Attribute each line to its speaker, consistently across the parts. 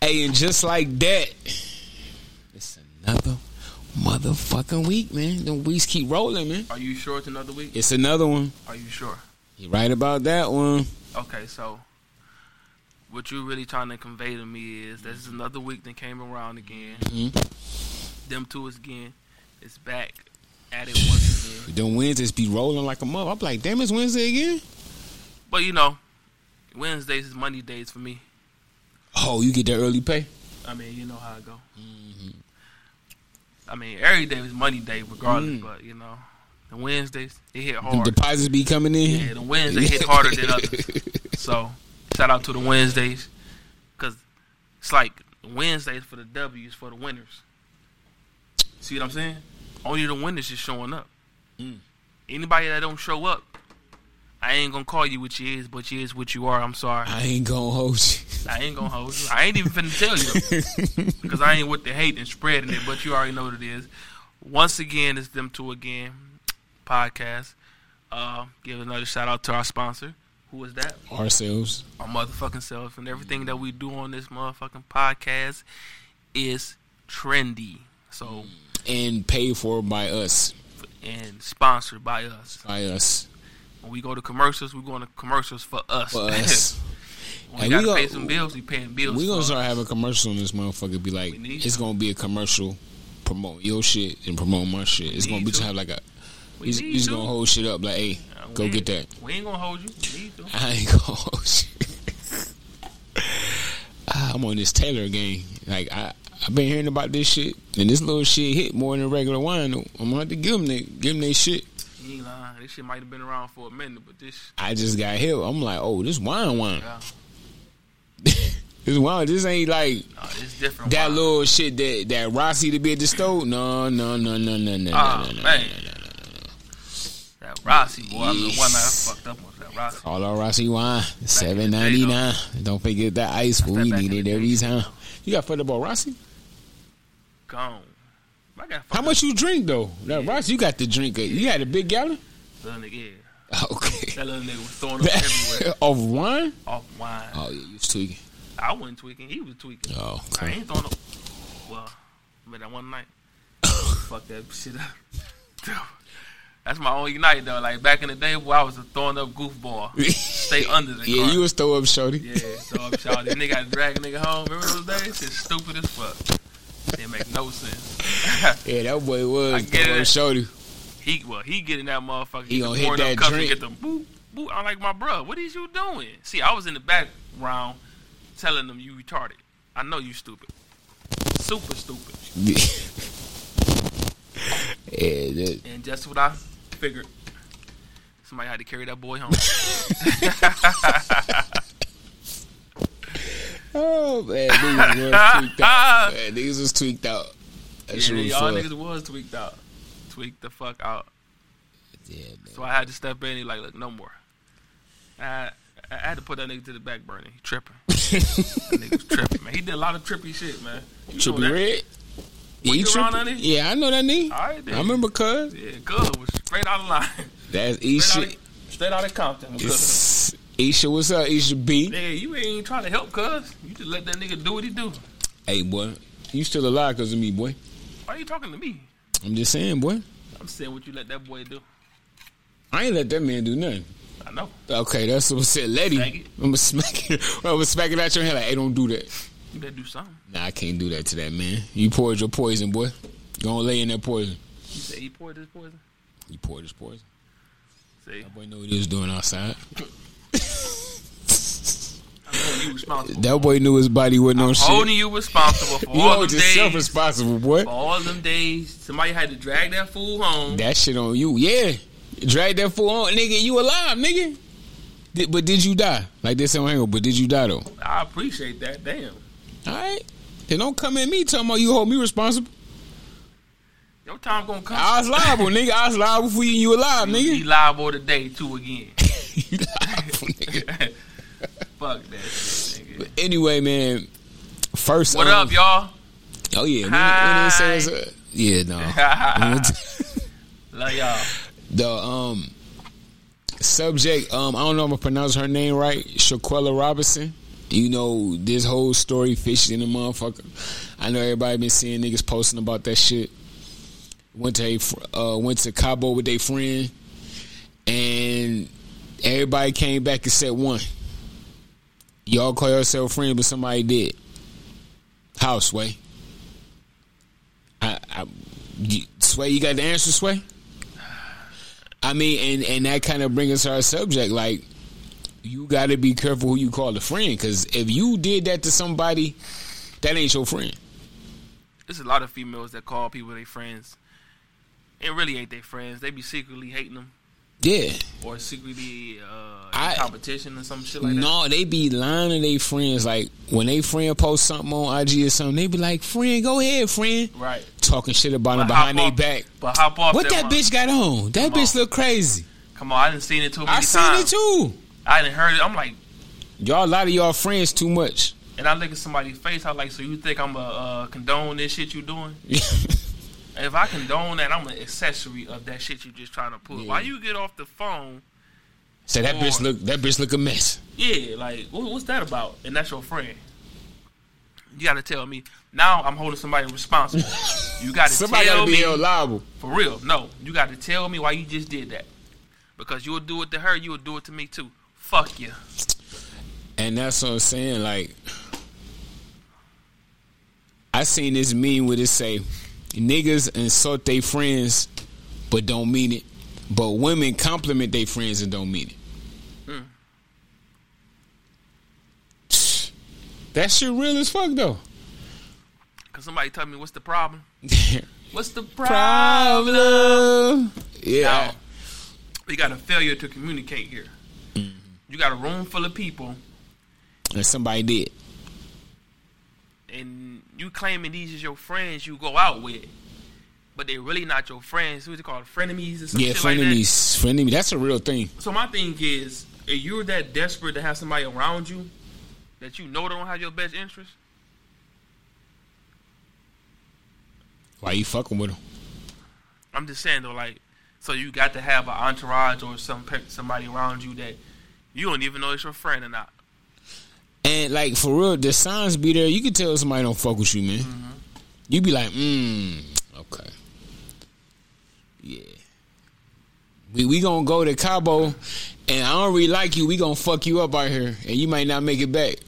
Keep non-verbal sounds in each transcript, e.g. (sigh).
Speaker 1: Hey, and just like that, it's another motherfucking week, man. The weeks keep rolling, man.
Speaker 2: Are you sure it's another week?
Speaker 1: It's another one.
Speaker 2: Are you sure?
Speaker 1: You right about that one.
Speaker 2: Okay, so what you really trying to convey to me is this is another week that came around again. Them two is again. It's back at it once again.
Speaker 1: Them Wednesdays be rolling like a mother. I'm like, damn, it's Wednesday again.
Speaker 2: But you know, Wednesdays is Monday days for me.
Speaker 1: Oh, you get that early pay.
Speaker 2: I mean, you know how I go. I mean, every day is Monday day, regardless.
Speaker 1: Mm.
Speaker 2: But you know, the Wednesdays it hit
Speaker 1: Them
Speaker 2: hard.
Speaker 1: deposits be coming in.
Speaker 2: yeah, the Wednesdays hit harder
Speaker 1: (laughs)
Speaker 2: than others. So shout out to the Wednesdays because it's like Wednesdays for the W's for the winners. See what I'm saying? Only the winners is showing up.
Speaker 1: Mm.
Speaker 2: Anybody that don't show up, I ain't gonna call you what you is, but you is what you are. I'm sorry.
Speaker 1: I ain't gonna hold you.
Speaker 2: I ain't gonna hold you. I ain't even finna
Speaker 1: (laughs)
Speaker 2: tell you (laughs) because I ain't with the hate and spreading it. But you already know what it is. Once again, it's them two again podcast. Uh, give another shout out to our sponsor. Who is that?
Speaker 1: Ourselves.
Speaker 2: Our motherfucking self and everything that we do on this motherfucking podcast is trendy. So
Speaker 1: And paid for by us.
Speaker 2: and sponsored by us.
Speaker 1: By us.
Speaker 2: When we go to commercials, we going to commercials for us.
Speaker 1: For
Speaker 2: (laughs)
Speaker 1: us.
Speaker 2: when we
Speaker 1: And we
Speaker 2: gotta
Speaker 1: go-
Speaker 2: pay some bills. We paying bills.
Speaker 1: we
Speaker 2: for
Speaker 1: gonna
Speaker 2: us.
Speaker 1: start having commercials on this motherfucker. Be like,
Speaker 2: We need
Speaker 1: it's
Speaker 2: to.
Speaker 1: gonna be a commercial. Promote your shit and promote my shit. It's gonna
Speaker 2: need
Speaker 1: be just
Speaker 2: to.
Speaker 1: have like a.
Speaker 2: We
Speaker 1: He's,
Speaker 2: need
Speaker 1: he's
Speaker 2: to.
Speaker 1: gonna hold shit up. Like, hey,
Speaker 2: Uh, we
Speaker 1: go
Speaker 2: ain't-
Speaker 1: get that.
Speaker 2: We ain't gonna hold you. We need to.
Speaker 1: (laughs) I ain't gonna hold shit. (laughs) Ah, I'm on this Taylor game. Like I, I've been hearing about this shit, and this little shit hit more than regular wine. though. I'm gonna have to give them, they, give them they shit.
Speaker 2: You ain't lying. This shit might have been around for a minute, but this.
Speaker 1: I just got hit. I'm like, oh, this wine, wine. (laughs)
Speaker 2: Yeah,
Speaker 1: This wine, this ain't like
Speaker 2: no, it's different.
Speaker 1: that
Speaker 2: Wow.
Speaker 1: little shit that that Rossi to be at the store. No, no, no, no, no, no,
Speaker 2: Ah,
Speaker 1: no, no, no.
Speaker 2: man. That Rossi, boy. I'm the
Speaker 1: Yes.
Speaker 2: one I fucked up with that Rossi.
Speaker 1: All our Rossi wine, seven
Speaker 2: in the day,
Speaker 1: ninety nine. Don't forget that ice.
Speaker 2: That's
Speaker 1: We
Speaker 2: back
Speaker 1: need
Speaker 2: in
Speaker 1: it
Speaker 2: the
Speaker 1: every
Speaker 2: day.
Speaker 1: time. You got further about Rossi?
Speaker 2: Gone. I got fucked
Speaker 1: How much you drink though? That Rossi, you got to drink it. You got a big gallon.
Speaker 2: up. Little nigga, yeah.
Speaker 1: Okay.
Speaker 2: That little nigga was throwing
Speaker 1: (laughs)
Speaker 2: up everywhere
Speaker 1: of wine?
Speaker 2: off wine.
Speaker 1: Oh yeah, you was tweaking.
Speaker 2: I wasn't tweaking. He was tweaking.
Speaker 1: Oh,
Speaker 2: I
Speaker 1: okay.
Speaker 2: ain't throwing up. Well, but that
Speaker 1: (coughs)
Speaker 2: one night, fuck that shit up. (laughs) That's my only night though. Like back in the day, boy, I was a throwing up goofball.
Speaker 1: (laughs)
Speaker 2: Stay under the
Speaker 1: yeah,
Speaker 2: car.
Speaker 1: you was throw up, shorty.
Speaker 2: Yeah, so I'm shouting. This nigga got to drag a nigga home. Remember those days? It's stupid as fuck. It make no sense.
Speaker 1: (laughs) Yeah, that boy was
Speaker 2: get
Speaker 1: throw up,
Speaker 2: it.
Speaker 1: shorty. (laughs)
Speaker 2: he well, he getting that motherfucker.
Speaker 1: He gonna
Speaker 2: get
Speaker 1: hit
Speaker 2: pouring up
Speaker 1: that
Speaker 2: cups and
Speaker 1: drink.
Speaker 2: Get the boop boop. I'm like, my bro, what is you doing? See, I was in the background telling them you retarded. I know you stupid, super stupid.
Speaker 1: yeah, that,
Speaker 2: And just what I figured, somebody had to carry that boy home.
Speaker 1: oh man,
Speaker 2: (laughs)
Speaker 1: niggas was tweaked out. Man, niggas was tweaked out. That
Speaker 2: yeah,
Speaker 1: shit was
Speaker 2: y'all
Speaker 1: fun.
Speaker 2: niggas was tweaked out, tweaked the fuck out.
Speaker 1: Yeah, man.
Speaker 2: So I had to step in and like, look, no more. I I had to put that nigga to the back burner. He
Speaker 1: (laughs)
Speaker 2: tripping. that nigga was tripping, man. He did a lot of trippy shit, man. You know
Speaker 1: Trippy
Speaker 2: that.
Speaker 1: Red. Yeah,
Speaker 2: We
Speaker 1: you
Speaker 2: get around
Speaker 1: trippy-
Speaker 2: on it?
Speaker 1: yeah, I know that nigga.
Speaker 2: All right, then.
Speaker 1: I remember cuz.
Speaker 2: Yeah, good. Was straight out of line.
Speaker 1: That's Isha.
Speaker 2: (laughs) Straight out of, straight out of Compton. was Good.
Speaker 1: It's- Isha, what's up, Isha B?
Speaker 2: Nigga, you ain't trying to help, cuz. You just let that nigga do what he do.
Speaker 1: Hey, boy. You still alive because of me, boy.
Speaker 2: Why you talking to me?
Speaker 1: I'm just saying, boy.
Speaker 2: I'm saying what you let that boy do.
Speaker 1: I ain't let that man do nothing.
Speaker 2: I know.
Speaker 1: Okay, that's what I said, lady.
Speaker 2: Smack it.
Speaker 1: I'm gonna smack it. I'm gonna smack it out your head. Like, hey, don't do that.
Speaker 2: You better do something.
Speaker 1: Nah, I can't do that to that man. You poured your poison, boy. Gonna lay in that poison.
Speaker 2: You say he poured this poison?
Speaker 1: You poured his poison.
Speaker 2: See,
Speaker 1: That boy know what he was doing outside.
Speaker 2: I'm holding you responsible.
Speaker 1: That boy knew his body wasn't on shit.
Speaker 2: Holding you responsible for
Speaker 1: You
Speaker 2: all Oh.
Speaker 1: hold
Speaker 2: them days.
Speaker 1: yourself responsible, boy.
Speaker 2: For all them days, somebody had to drag that fool home.
Speaker 1: That shit on you. Yeah, drag that fool on, nigga. You alive, nigga. Did, but did you die? Like this on angle, but did you die though? All
Speaker 2: I appreciate that. Damn.
Speaker 1: right. Then don't come at me talking about you hold me responsible.
Speaker 2: Your time gonna come.
Speaker 1: I was liable, nigga. I was liable for you. and You alive, (laughs)
Speaker 2: You-
Speaker 1: nigga.
Speaker 2: You liable today too again. (laughs)
Speaker 1: You liable, nigga.
Speaker 2: Fuck that shit, nigga.
Speaker 1: Anyway, man. First,
Speaker 2: What
Speaker 1: um,
Speaker 2: up, y'all?
Speaker 1: Oh yeah, we- we didn't say it's, uh, yeah,
Speaker 2: (laughs)
Speaker 1: no.
Speaker 2: Love y'all.
Speaker 1: the um subject, um, I don't know if I pronounced her name right, Shaquella Robinson. You know, this whole story fishing in the motherfucker. I know everybody been seeing niggas posting about that shit. Went to a, fr- uh, went to Cabo with their friend, and everybody came back except one. Y'all call yourself friend, but somebody did. Houseway. I, I you, Sway, you got the answer, Sway. I mean, and and that kind of brings us to our subject. Like, you got to be careful who you call a friend, because if you did that to somebody, that ain't your friend.
Speaker 2: There's a lot of females that call people their friends, and really ain't their friends. They be secretly hating them
Speaker 1: Yeah.
Speaker 2: or secretly uh, in
Speaker 1: I-
Speaker 2: competition or some shit like that.
Speaker 1: No, they be lying to their friends. Like when they friend post something on IG or something, they be like, "Friend, go ahead, friend,"
Speaker 2: Right.
Speaker 1: talking shit about
Speaker 2: But
Speaker 1: them behind their
Speaker 2: hop
Speaker 1: back.
Speaker 2: off- But hop off.
Speaker 1: What
Speaker 2: that,
Speaker 1: that
Speaker 2: one.
Speaker 1: bitch got on? That
Speaker 2: Come
Speaker 1: bitch
Speaker 2: on.
Speaker 1: look crazy.
Speaker 2: Come on, I didn't seen it too many
Speaker 1: I
Speaker 2: times.
Speaker 1: seen it too.
Speaker 2: I didn't heard it. I'm like,
Speaker 1: Y'all, a lot of y'all friends too much. (laughs)
Speaker 2: and I look at somebody's face. I'm like, so you think I'm gonna uh, condone this shit you doing? If I condone that, I'm an accessory of that shit you just trying to pull. Why you get off the phone?
Speaker 1: Say that bitch look. That bitch look a mess.
Speaker 2: Yeah, like wha- what's that about? And that's your friend. You gotta tell me now. I'm holding somebody
Speaker 1: (laughs)
Speaker 2: responsible. You gotta
Speaker 1: Somebody
Speaker 2: tell
Speaker 1: gotta be
Speaker 2: me
Speaker 1: held liable.
Speaker 2: for real. No, you gotta tell me why you just did that. Because you'll do it to her, you'll do it to me too. Fuck you.
Speaker 1: And that's what I'm saying. Like, I seen this meme where it say, "Niggas insult their friends, but don't mean it. But women compliment their friends and don't mean it." Hmm. That shit real as fuck though.
Speaker 2: Cause somebody tell me what's the problem. What's the problem?
Speaker 1: (laughs) Problem. Yeah.
Speaker 2: Now, we got a failure to communicate here.
Speaker 1: Mm-hmm.
Speaker 2: You got a room full of people,
Speaker 1: And somebody did.
Speaker 2: and you claiming these is your friends you go out with, but they really not your friends. Who's it called? Frenemies or some
Speaker 1: Yeah,
Speaker 2: shit like that.
Speaker 1: frenemies. Frenemies. That's a real thing.
Speaker 2: So my thing is, if you're that desperate to have somebody around you that you know don't have your best interest,
Speaker 1: Why you fucking with them?
Speaker 2: I'm just saying though, like, so you got to have an entourage or some pe- somebody around you that you don't even know is your friend or not.
Speaker 1: And like for real, the signs be there. You can tell somebody don't fuck with you, man. You be like, mm, okay, yeah. We we gonna go to Cabo, and I don't really like you. We gonna fuck you up out here, and you might not make it back.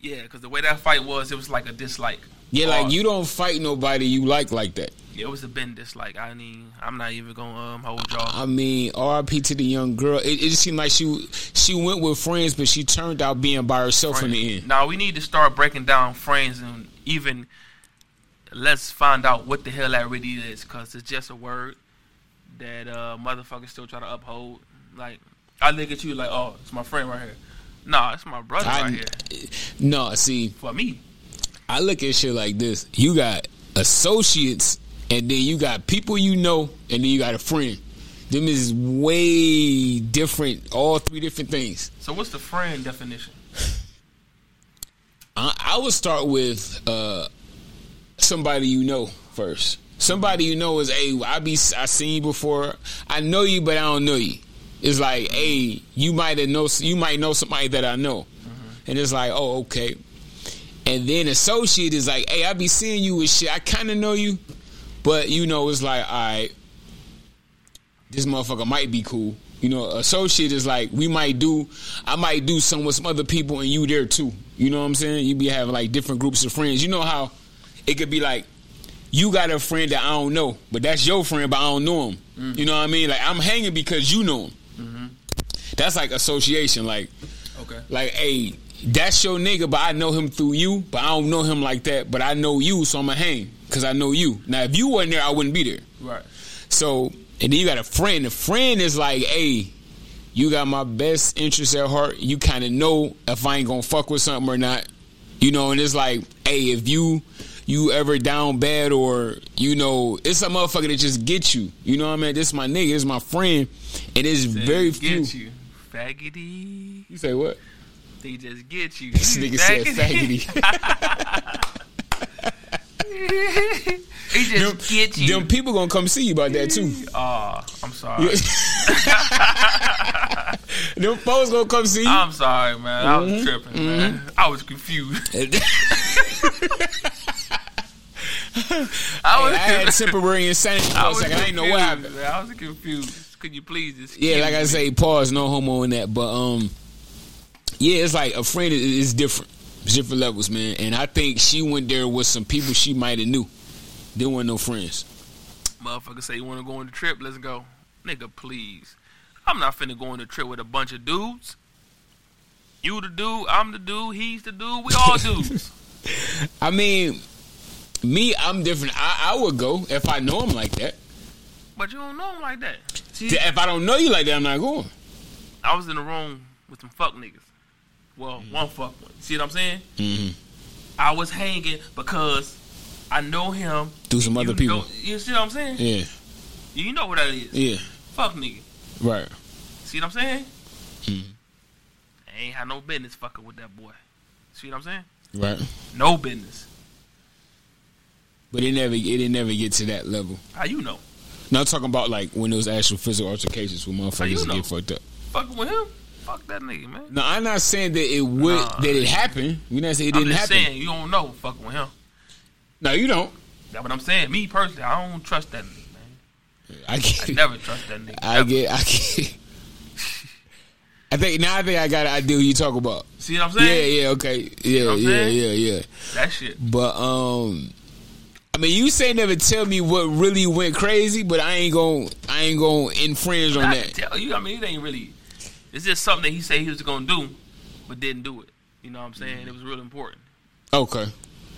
Speaker 2: Yeah, because the way that fight was, it was like a dislike.
Speaker 1: Yeah,
Speaker 2: Or-
Speaker 1: like you don't fight nobody you like like that.
Speaker 2: It was a bend dislike. I mean, I'm not even gonna um, hold y'all.
Speaker 1: I mean, R.I.P. to the young girl. It, it just seemed like she she went with friends, but she turned out being by herself in the end.
Speaker 2: Now we need to start breaking down friends and even let's find out what the hell that really is, cause it's just a word that uh, motherfuckers still try to uphold. Like I look at you like, oh, it's my friend right here. Nah, it's my brother right
Speaker 1: I,
Speaker 2: here.
Speaker 1: no, see,
Speaker 2: For me,
Speaker 1: I look at shit like this. You got associates, and then you got people you know, and then you got a friend. Them is way different. All three different things.
Speaker 2: so what's the friend definition?
Speaker 1: I, I would start with uh, somebody you know first. Somebody you know is hey, I be I seen you before. I know you, but I don't know you. It's like hey, you might have know you might know somebody that I know, and it's like oh okay. And then associate is like hey, I be seeing you with shit. I kind of know you, but you know it's like all right, this motherfucker might be cool. You know, associate is like we might do, I might do some with some other people, and you there too. You know what I'm saying? You be having like different groups of friends. You know how it could be like you got a friend that I don't know, but that's your friend, but I don't know him. You know what I mean? Like I'm hanging because you know him. That's like association. Like
Speaker 2: Okay.
Speaker 1: like hey, that's your nigga, but I know him through you, but I don't know him like that. But I know you, so I'ma hang because I know you. Now if you wasn't there, I wouldn't be there.
Speaker 2: Right.
Speaker 1: So, and then you got a friend. A friend is like, hey, you got my best interest at heart. You kind of know if I ain't gonna fuck with something or not. You know, and it's like, hey, if you you ever down bad or you know, it's a motherfucker that just gets you. You know what I mean? This is my nigga. This is my friend, and it's very
Speaker 2: They
Speaker 1: few.
Speaker 2: Get you, faggoty.
Speaker 1: You say what?
Speaker 2: They just get you.
Speaker 1: This nigga said
Speaker 2: (laughs)
Speaker 1: faggoty.
Speaker 2: he just get you. Ah,
Speaker 1: Them
Speaker 2: (laughs)
Speaker 1: people gonna come see you about that too.
Speaker 2: Aw, I'm sorry.
Speaker 1: (laughs) Them folks gonna come see you.
Speaker 2: I'm sorry, man. I
Speaker 1: Mm-hmm.
Speaker 2: was tripping, man. I was confused.
Speaker 1: (laughs)
Speaker 2: I
Speaker 1: I
Speaker 2: was,
Speaker 1: had temporary insanity. for a second. I didn't know what happened.
Speaker 2: man. I was confused. Could you please just
Speaker 1: Yeah,
Speaker 2: keep-
Speaker 1: like I say, pause, no homo in that. But um, yeah, it's like a friend is, is different, It's different levels, man. And I think she went there with some people she might have knew. There weren't no friends.
Speaker 2: motherfucker say you want to go on the trip? Let's go, nigga. Please, I'm not finna go on the trip with a bunch of dudes. You the dude, I'm the dude, he's the dude, we
Speaker 1: (laughs)
Speaker 2: all dudes.
Speaker 1: I mean, me, I'm different. I, I would go if I know him like that.
Speaker 2: but you don't know him like that. See,
Speaker 1: If I don't know you like that, I'm not going.
Speaker 2: I was in the room with some fuck niggas. Well,
Speaker 1: Mm-hmm.
Speaker 2: one fuck one. See what I'm saying?
Speaker 1: Mhm.
Speaker 2: I was hanging because I know him.
Speaker 1: Do some other
Speaker 2: you
Speaker 1: people.
Speaker 2: Know, you see what I'm saying?
Speaker 1: Yeah,
Speaker 2: You know what that is.
Speaker 1: yeah,
Speaker 2: Fuck nigga.
Speaker 1: right.
Speaker 2: See what I'm saying?
Speaker 1: Mhm.
Speaker 2: I ain't had no business fucking with that boy. See what I'm saying?
Speaker 1: Right.
Speaker 2: No business.
Speaker 1: But it never, it didn't never get to that level.
Speaker 2: How you know?
Speaker 1: Now I'm talking about like when those actual physical altercations with
Speaker 2: you
Speaker 1: motherfuckers
Speaker 2: know?
Speaker 1: get fucked up.
Speaker 2: Fucking with him? Fuck that nigga, man.
Speaker 1: No, I'm not saying that it would
Speaker 2: Nah.
Speaker 1: that it happened. We're not saying it
Speaker 2: I'm
Speaker 1: didn't
Speaker 2: just
Speaker 1: happen.
Speaker 2: saying you don't know fucking with him.
Speaker 1: No, you don't.
Speaker 2: That's what I'm saying. Me personally, I don't trust that nigga, man.
Speaker 1: I get.
Speaker 2: I never trust that
Speaker 1: (laughs)
Speaker 2: nigga.
Speaker 1: I
Speaker 2: Never.
Speaker 1: get. I get. (laughs) I think now I think I got an idea what you talk about.
Speaker 2: See what I'm
Speaker 1: Yeah,
Speaker 2: saying?
Speaker 1: yeah, okay, yeah,
Speaker 2: know what I'm
Speaker 1: yeah,
Speaker 2: saying?
Speaker 1: yeah, yeah.
Speaker 2: That shit.
Speaker 1: But um, I mean, you say never tell me what really went crazy, but I ain't gonna I ain't gonna infringe on
Speaker 2: I can
Speaker 1: that.
Speaker 2: tell you. I mean, it ain't really. It's just something that he said he was gonna do, but didn't do it. You know what I'm saying?
Speaker 1: Mm-hmm.
Speaker 2: It was real important.
Speaker 1: Okay,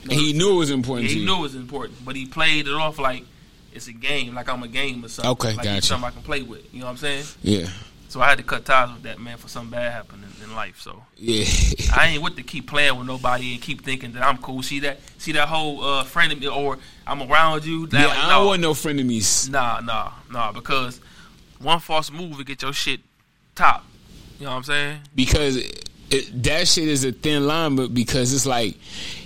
Speaker 1: and he knew it was important.
Speaker 2: Yeah,
Speaker 1: to
Speaker 2: he
Speaker 1: you.
Speaker 2: knew it was important, but he played it off like it's a game, like I'm a game or something.
Speaker 1: Okay,
Speaker 2: like
Speaker 1: gotcha.
Speaker 2: it's something I can play with. You know what I'm saying?
Speaker 1: Yeah, (laughs)
Speaker 2: So I had to cut ties with that man for something bad happened in, in life. So
Speaker 1: yeah.
Speaker 2: I ain't with to keep playing with nobody and keep thinking that I'm cool. See that? See that whole uh, friend of me or I'm around you. That,
Speaker 1: Yeah,
Speaker 2: like,
Speaker 1: I
Speaker 2: no.
Speaker 1: don't want no frenemies.
Speaker 2: Nah, nah, nah. Because one false move will get your shit top. You know what I'm saying?
Speaker 1: because it, it, that shit is a thin line, but because it's like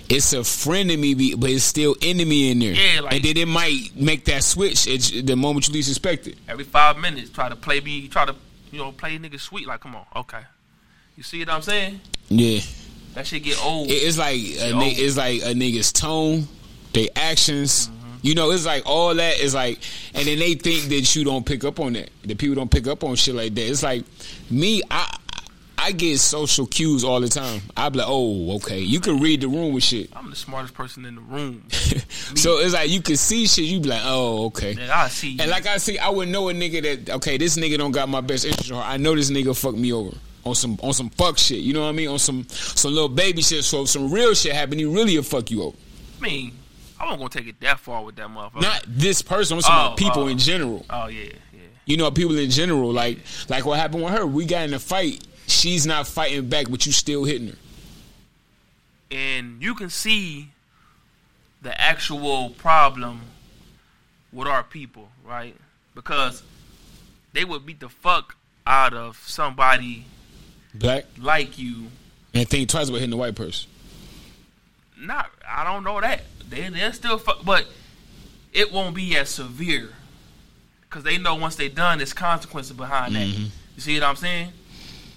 Speaker 1: it's a friend of me, be- but it's still enemy in there.
Speaker 2: Yeah, like-
Speaker 1: and then it might make that switch at the moment you least expect it.
Speaker 2: Every five minutes, try to play me. Try to you know play niggas sweet. Like, come on, okay. You see what I'm saying?
Speaker 1: Yeah,
Speaker 2: That shit get old.
Speaker 1: It- it's like a
Speaker 2: Yo.
Speaker 1: ni- it's like a nigga's tone, they actions.
Speaker 2: Mm-hmm.
Speaker 1: You know, it's like all that is like, and then they think that you don't pick up on that. The people don't pick up on shit like that. It's like me, I. I get social cues all the time. I be like, oh, okay. You can read the room with shit.
Speaker 2: I'm the smartest person in the room.
Speaker 1: (laughs) So it's like you can see shit. You be like, oh, okay.
Speaker 2: Man, I see. You.
Speaker 1: And like I see, I would know a nigga that okay, this nigga don't got my best interest at heart. I know this nigga fucked me over on some on some fuck shit. You know what I mean? On some some little baby shit. So if some real shit happened, he really will fuck you over.
Speaker 2: I mean, I wasn't gonna take it that far with that motherfucker.
Speaker 1: Not this person. I'm talking about
Speaker 2: Oh,
Speaker 1: people
Speaker 2: oh.
Speaker 1: in general.
Speaker 2: oh yeah, yeah.
Speaker 1: You know, people in general. Like like what happened with her. We got in a fight. She's not fighting back, but you still hitting her.
Speaker 2: and you can see the actual problem with our people, right? Because they would beat the fuck out of somebody
Speaker 1: Black
Speaker 2: like you.
Speaker 1: and think twice about hitting a white person.
Speaker 2: Not, I don't know that they they're still, fuck, but it won't be as severe because they know once they done, there's consequences behind that. You see what I'm saying?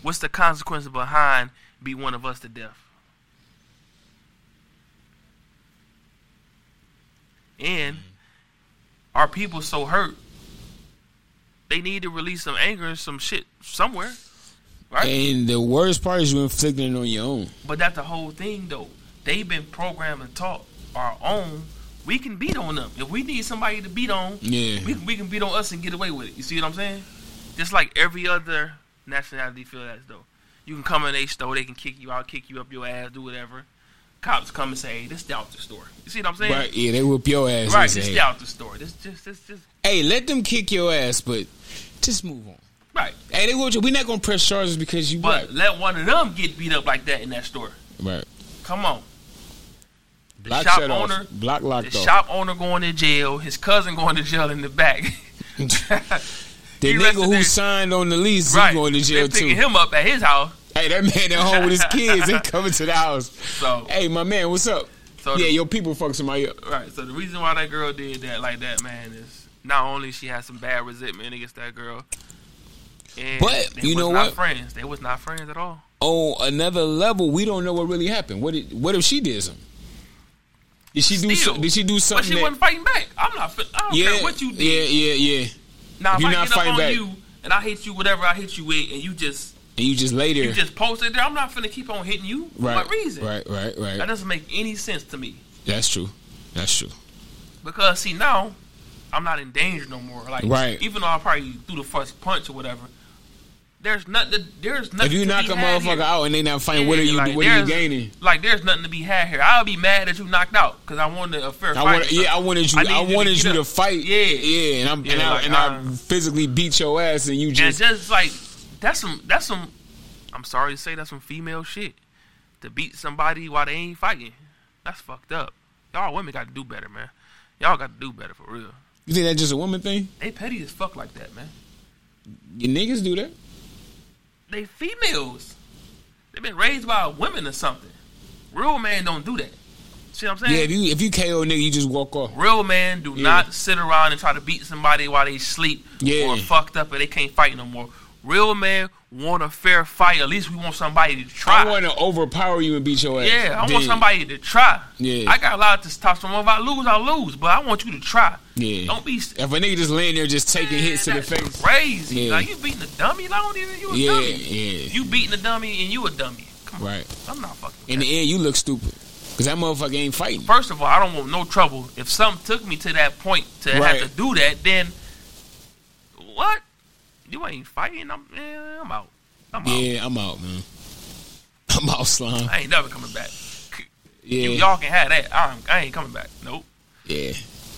Speaker 2: What's the consequence behind beat one of us to death? And our people so hurt, they need to release some anger and some shit somewhere, right?
Speaker 1: And the worst part is you inflicting it on your own.
Speaker 2: But that's the whole thing, though. They've been programmed and taught our own. We can beat on them if we need somebody to beat on.
Speaker 1: Yeah.
Speaker 2: we, we can beat on us and get away with it. You see what I'm saying? Just like every other nationality feel as though you can come in a store, they can kick you out, kick you up your ass, do whatever. Cops come and say, hey, "This out the store." You see what I'm saying?
Speaker 1: Right? Yeah, they whoop your ass. and
Speaker 2: Right,
Speaker 1: say,
Speaker 2: this
Speaker 1: "Hey,
Speaker 2: out the store. This just, this, this,
Speaker 1: Hey, let them kick your ass, but just move on.
Speaker 2: right.
Speaker 1: Hey, they will, we're not gonna press charges because you
Speaker 2: But
Speaker 1: right.
Speaker 2: let one of them get beat up like that in that store.
Speaker 1: Right.
Speaker 2: Come on. The
Speaker 1: Block
Speaker 2: shop
Speaker 1: shut
Speaker 2: owner,
Speaker 1: off. Block
Speaker 2: The
Speaker 1: locked off.
Speaker 2: shop owner going to jail. His cousin going to jail in the back.
Speaker 1: the
Speaker 2: he
Speaker 1: nigga
Speaker 2: resting
Speaker 1: who
Speaker 2: there.
Speaker 1: signed on the lease,
Speaker 2: (laughs) right.
Speaker 1: he going to jail
Speaker 2: they picking
Speaker 1: too.
Speaker 2: him up at his house.
Speaker 1: Hey, that man at home with
Speaker 2: (laughs)
Speaker 1: his kids, they coming to the house.
Speaker 2: So,
Speaker 1: Hey, my man, what's up?
Speaker 2: so
Speaker 1: yeah,
Speaker 2: the,
Speaker 1: your people fuck somebody up.
Speaker 2: right. So the reason why that girl did that like that, man, is not only she had some bad resentment against that girl, And
Speaker 1: But,
Speaker 2: they
Speaker 1: you
Speaker 2: was
Speaker 1: know
Speaker 2: not
Speaker 1: what?
Speaker 2: Friends. They was not friends at all.
Speaker 1: on another level, we don't know what really happened. What did, what if she did something? Did she do
Speaker 2: Still.
Speaker 1: so, did she do
Speaker 2: But
Speaker 1: something?
Speaker 2: she
Speaker 1: that-
Speaker 2: wasn't fighting back. I'm not. fi- I don't care what you did.
Speaker 1: Yeah, yeah, yeah.
Speaker 2: Now if
Speaker 1: You're
Speaker 2: I
Speaker 1: not
Speaker 2: get up
Speaker 1: fighting
Speaker 2: on
Speaker 1: back.
Speaker 2: you and I hit you, whatever I hit you with, and you just
Speaker 1: And you just lay there.
Speaker 2: you just post it there, I'm not finna keep on hitting you for
Speaker 1: right,
Speaker 2: what reason?
Speaker 1: Right, right, right.
Speaker 2: That doesn't make any sense to me.
Speaker 1: That's true. That's true.
Speaker 2: Because see now, I'm not in danger no more. Like
Speaker 1: Right.
Speaker 2: even though I probably threw the first punch or whatever, there's nothing. There's nothing.
Speaker 1: If you
Speaker 2: to
Speaker 1: knock
Speaker 2: be
Speaker 1: a
Speaker 2: had
Speaker 1: motherfucker
Speaker 2: here.
Speaker 1: out and they not fighting, what are
Speaker 2: Yeah,
Speaker 1: you
Speaker 2: like,
Speaker 1: what are you
Speaker 2: there's-
Speaker 1: gaining?
Speaker 2: Like there's nothing to be had here. I'll be mad that you knocked out because I wanted a fair
Speaker 1: I
Speaker 2: fight.
Speaker 1: wanted, yeah, I wanted you.
Speaker 2: I
Speaker 1: I,
Speaker 2: needed you to
Speaker 1: wanted
Speaker 2: get
Speaker 1: you to
Speaker 2: up.
Speaker 1: fight.
Speaker 2: Yeah.
Speaker 1: yeah, and I'm and,
Speaker 2: Yeah,
Speaker 1: I,
Speaker 2: like,
Speaker 1: and I
Speaker 2: uh,
Speaker 1: physically beat your ass, and you
Speaker 2: and
Speaker 1: just
Speaker 2: just like that's some that's some. I'm sorry to say that's some female shit to beat somebody while they ain't fighting. That's fucked up. Y'all women got to do better, man. Y'all got to do better for real.
Speaker 1: you think that's just a woman thing?
Speaker 2: They petty as fuck like that, man.
Speaker 1: You niggas do that?
Speaker 2: They females. They've been raised by women or something. Real man don't do that. See what I'm
Speaker 1: Yeah,
Speaker 2: saying?
Speaker 1: if you if you KO a nigga, you just walk off.
Speaker 2: Real man do
Speaker 1: Yeah.
Speaker 2: not sit around and try to beat somebody while they sleep
Speaker 1: Yeah.
Speaker 2: or fucked up and they can't fight no more. Real man want a fair fight. At least we want somebody to try.
Speaker 1: I want to overpower you and beat your ass.
Speaker 2: yeah, I
Speaker 1: Dead.
Speaker 2: want somebody to try.
Speaker 1: Yeah.
Speaker 2: I got a lot to stop someone. If I lose, I lose. But I want you to try.
Speaker 1: Yeah.
Speaker 2: Don't be
Speaker 1: If a nigga just laying there, just taking hits to the
Speaker 2: that's
Speaker 1: face.
Speaker 2: Crazy.
Speaker 1: Yeah.
Speaker 2: Like you beating a dummy. Like, I don't even (laughs) you a
Speaker 1: Yeah,
Speaker 2: dummy.
Speaker 1: yeah.
Speaker 2: You beating a dummy and you a dummy. Come on.
Speaker 1: Right.
Speaker 2: I'm not fucking. with
Speaker 1: In the end, you look stupid because that motherfucker ain't fighting.
Speaker 2: first of all, I don't want no trouble. If something took me to that point to
Speaker 1: Right.
Speaker 2: have to do that, then what? You ain't fighting. I'm, eh, I'm out. I'm out.
Speaker 1: Yeah, I'm out, man. (laughs) I'm out, slime.
Speaker 2: I ain't never coming back.
Speaker 1: Yeah,
Speaker 2: You, y'all can have that. I, ain't- I ain't coming back. Nope.
Speaker 1: yeah,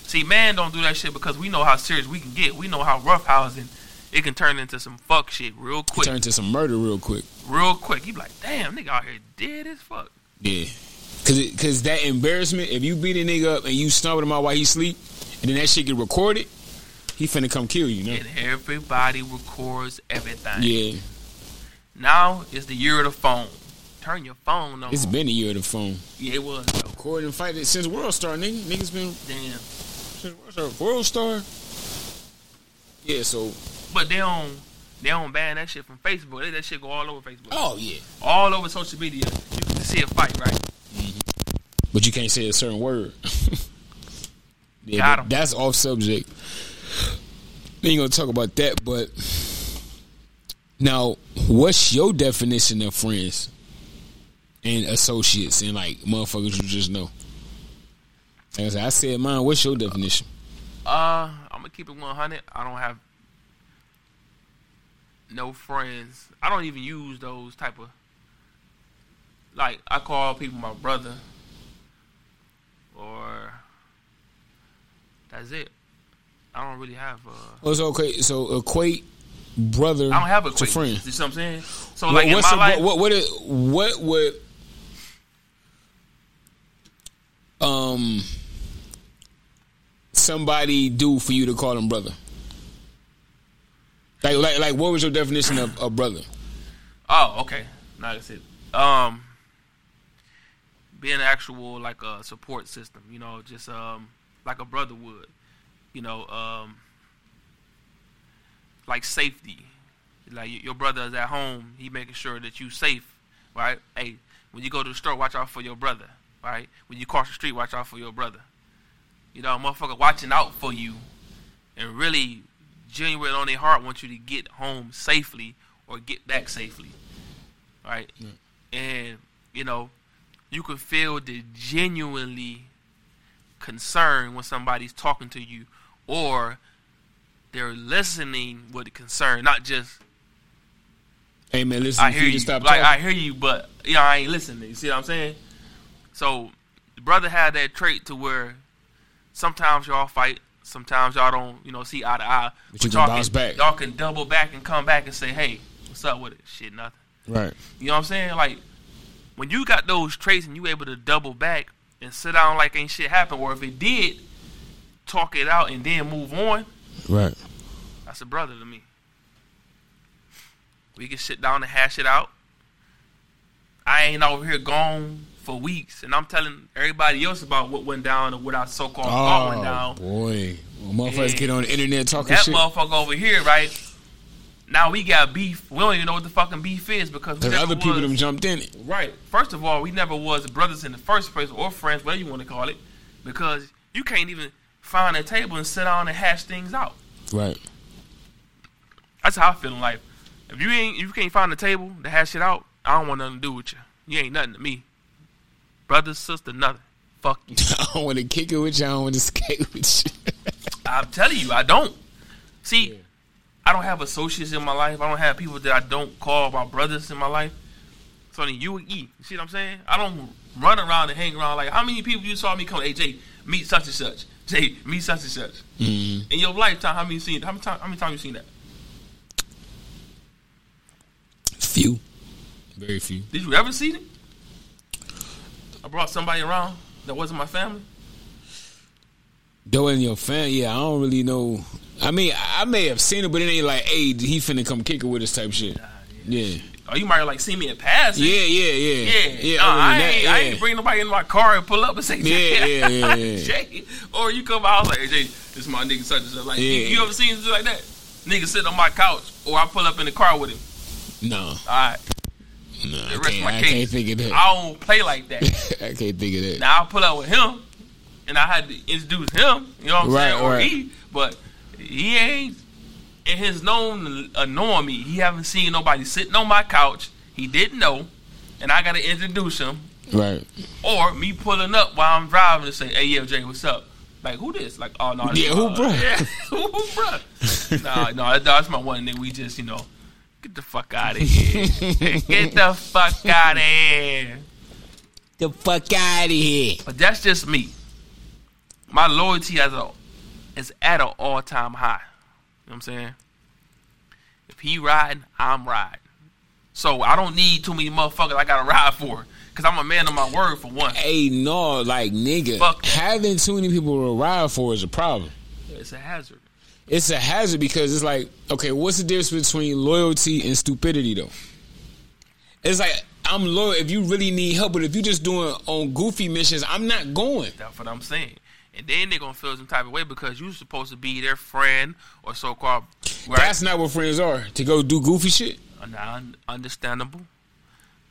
Speaker 2: See, man, don't do that shit because we know how serious we can get. We know how roughhousing it can turn into some fuck shit real quick.
Speaker 1: turn to some murder real quick.
Speaker 2: real quick. You be like, damn, nigga out here dead as fuck.
Speaker 1: Yeah, cause it, cause that embarrassment. If you beat a nigga up and you stumble him out while he sleep, and then that shit get recorded, he finna come kill you. No,
Speaker 2: And everybody records everything.
Speaker 1: yeah,
Speaker 2: Now is the year of the phone. Turn your phone on.
Speaker 1: it's been a year of the phone.
Speaker 2: yeah, it was. Though.
Speaker 1: Recording and fighting since World Star, nigga. Niggas been
Speaker 2: Damn.
Speaker 1: since World Star. World Star. Yeah, so
Speaker 2: But they don't they don't ban that shit from Facebook. They, that shit go all over Facebook,
Speaker 1: oh yeah,
Speaker 2: all over social media. You can see a fight, right?
Speaker 1: but you can't say a certain word. (laughs) yeah,
Speaker 2: Got
Speaker 1: but
Speaker 2: 'em.
Speaker 1: that's off subject. We ain't gonna talk about that, but now, what's your definition of friends and associates and like motherfuckers you just know? Like I said, I said mine. What's your definition?
Speaker 2: Uh, I'm gonna keep it 100. I don't have no friends. I don't even use those type of like I call people my brother or that's it. I don't really have uh
Speaker 1: Oh, so okay. So equate brother.
Speaker 2: I don't have a
Speaker 1: to
Speaker 2: quick. You
Speaker 1: friend.
Speaker 2: see what I'm saying? So
Speaker 1: What-
Speaker 2: like in
Speaker 1: what's
Speaker 2: my
Speaker 1: a-
Speaker 2: life,
Speaker 1: what what is- what would um somebody do for you to call them brother? Like like like what was your definition of a brother?
Speaker 2: Oh, okay. Now that's it. Um, being an actual like a support system, you know, just um like a brother would, you know, um, like safety. Like y- your brother is at home, he making sure that you safe, right? Hey, when you go to the store, watch out for your brother, right? When you cross the street, watch out for your brother. You know, motherfucker watching out for you and really genuine on their heart want you to get home safely or get back safely. Right? And, you know, you can feel the genuinely concern when somebody's talking to you or they're listening with concern, not just
Speaker 1: Hey man, listen,
Speaker 2: I
Speaker 1: if
Speaker 2: hear
Speaker 1: just
Speaker 2: you.
Speaker 1: stop
Speaker 2: like I
Speaker 1: talking.
Speaker 2: hear you, but you know, I ain't listening. You see what I'm saying? So the brother had that trait to where sometimes y'all fight, sometimes y'all don't, you know, see eye to eye.
Speaker 1: But you can
Speaker 2: y'all
Speaker 1: bounce back.
Speaker 2: Y'all can double back and come back and say, Hey, what's up with it? Shit, nothing.
Speaker 1: right.
Speaker 2: You know what I'm saying? Like when you got those traits and you able to double back and sit down like ain't shit happened, or if it did, talk it out and then move on,
Speaker 1: Right.
Speaker 2: that's a brother to me. We can sit down and hash it out. I ain't over here gone for weeks, and I'm telling everybody else about what went down or what I so-called thought went
Speaker 1: Oh
Speaker 2: down.
Speaker 1: boy. Well, motherfuckers
Speaker 2: Yeah.
Speaker 1: get on the internet talking
Speaker 2: That
Speaker 1: shit.
Speaker 2: motherfucker over here, right? Now we got beef. We don't even know what the fucking beef is because we
Speaker 1: Because
Speaker 2: never
Speaker 1: other people
Speaker 2: was-
Speaker 1: them jumped in it.
Speaker 2: Right. First of all, we never was brothers in the first place or friends, whatever you want to call it, because you can't even find a table and sit down and hash things out.
Speaker 1: Right.
Speaker 2: That's how I feel in life. If you ain't, if you can't find a table to hash it out, I don't want nothing to do with you. You ain't nothing to me. Brother, sister, nothing. Fuck you.
Speaker 1: (laughs) I don't want to kick it with you. I don't want to skate with you.
Speaker 2: I'm telling you, I don't. See, I don't have associates in my life. I don't have people that I don't call my brothers in my life. It's only you and E. You see what I'm saying? I don't run around and hang around like how many people you saw me come, hey Jay, meet such and such. Jay, meet such and such. In your lifetime, how many you seen how many time how many times you seen that?
Speaker 1: Few. Very few.
Speaker 2: Did you ever see it? I brought somebody around that wasn't my family.
Speaker 1: Though in your fan, yeah, I don't really know. I mean, I I may have seen it, but it ain't like, hey, he finna come kick it with us type shit. Yeah.
Speaker 2: Or Oh, you might have like seen me in passing.
Speaker 1: Yeah, yeah, yeah.
Speaker 2: Yeah,
Speaker 1: yeah.
Speaker 2: Nah,
Speaker 1: other
Speaker 2: I,
Speaker 1: than that,
Speaker 2: ain't,
Speaker 1: yeah.
Speaker 2: I ain't bring nobody in my car and pull up and say,
Speaker 1: Yeah, yeah, yeah, yeah.
Speaker 2: (laughs) Jay. Or you come out like, Jay, this my nigga such and such. Like,
Speaker 1: Yeah.
Speaker 2: you, you ever seen something like that? Nigga sit on my couch, or I pull up in the car with him.
Speaker 1: No,
Speaker 2: All right,
Speaker 1: no. I
Speaker 2: rest
Speaker 1: can't,
Speaker 2: my
Speaker 1: I
Speaker 2: case.
Speaker 1: can't think of that.
Speaker 2: I don't play like that.
Speaker 1: (laughs) I can't think of that.
Speaker 2: now I pull up with him, and I had to introduce him. You know what I'm
Speaker 1: Right,
Speaker 2: saying? Or
Speaker 1: right.
Speaker 2: he, but he ain't. And his known annoying me. He haven't seen nobody sitting on my couch. He didn't know, and I got to introduce him.
Speaker 1: Right.
Speaker 2: (laughs) Or me pulling up while I'm driving and say, "Hey, yeah, Jay, what's up?" Like, who this? Like, oh no, this-
Speaker 1: Yeah, who
Speaker 2: uh,
Speaker 1: bruh?
Speaker 2: Yeah, (laughs) who, who
Speaker 1: (laughs)
Speaker 2: bruh? nah, no, that- that's my one nigga. We just, you know, get the fuck out of here. get the fuck out of here.
Speaker 1: The fuck out of here.
Speaker 2: But that's just me. My loyalty as a is at an all time high. You know what I'm saying? If he riding, I'm riding. So I don't need too many motherfuckers I gotta ride for. Cause I'm a man of my word for one.
Speaker 1: Hey, no, like nigga,
Speaker 2: Fuck.
Speaker 1: having too many people to ride for is a problem.
Speaker 2: It's a hazard.
Speaker 1: It's a hazard because it's like, okay, what's the difference between loyalty and stupidity though? It's like I'm loyal if you really need help, but if you just doing on goofy missions, I'm not going.
Speaker 2: That's what I'm saying. And then they're gonna feel some type of way because you're supposed to be their friend or so called.
Speaker 1: That's not what friends are to go do goofy shit.
Speaker 2: Uh, un- understandable.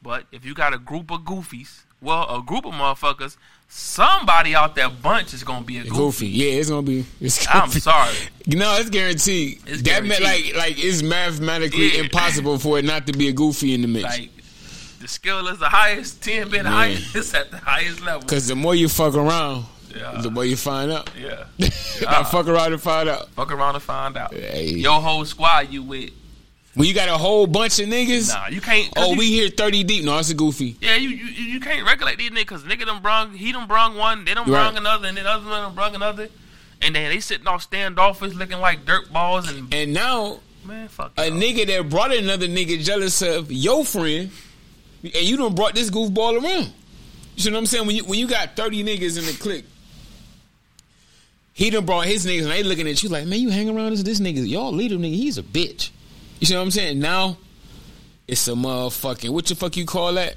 Speaker 2: But if you got a group of goofies, well, a group of motherfuckers, somebody out that bunch is gonna be a goofy.
Speaker 1: Goofy, yeah, it's gonna be. It's gonna
Speaker 2: I'm
Speaker 1: be-
Speaker 2: sorry.
Speaker 1: (laughs) No, it's guaranteed.
Speaker 2: It's
Speaker 1: that meant
Speaker 2: guaranteed.
Speaker 1: like like it's mathematically
Speaker 2: Yeah.
Speaker 1: impossible for it not to be a goofy in the mix.
Speaker 2: Like the skill is the highest, ten being the
Speaker 1: Yeah.
Speaker 2: highest, (laughs) it's at the highest level.
Speaker 1: Cause the more you fuck around,
Speaker 2: Yeah.
Speaker 1: the more you find out. (laughs)
Speaker 2: Yeah.
Speaker 1: I fuck around and find out.
Speaker 2: Fuck around and find out.
Speaker 1: Hey.
Speaker 2: Your whole squad you with.
Speaker 1: When you got a whole bunch of niggas,
Speaker 2: Nah, you can't. 'cause
Speaker 1: oh,
Speaker 2: you-
Speaker 1: we here 30 deep. No, that's a goofy.
Speaker 2: Yeah, you, you you you can't regulate these niggas. Nigga done brung he done brung one, they done
Speaker 1: Right.
Speaker 2: brung another, and then other one done brung another, and then they sitting off standoffish looking like dirt balls and
Speaker 1: And now,
Speaker 2: man fuck.
Speaker 1: a
Speaker 2: y'all.
Speaker 1: nigga that brought another nigga jealous of your friend, and you done brought this goofball around. You see what I'm saying? When you, when you got 30 niggas in the clique, he done brought his niggas, and they looking at you like, man, you hang around this, this nigga, y'all leader nigga, he's a bitch. You see what I'm saying? Now, it's a motherfucking, what the fuck you call that?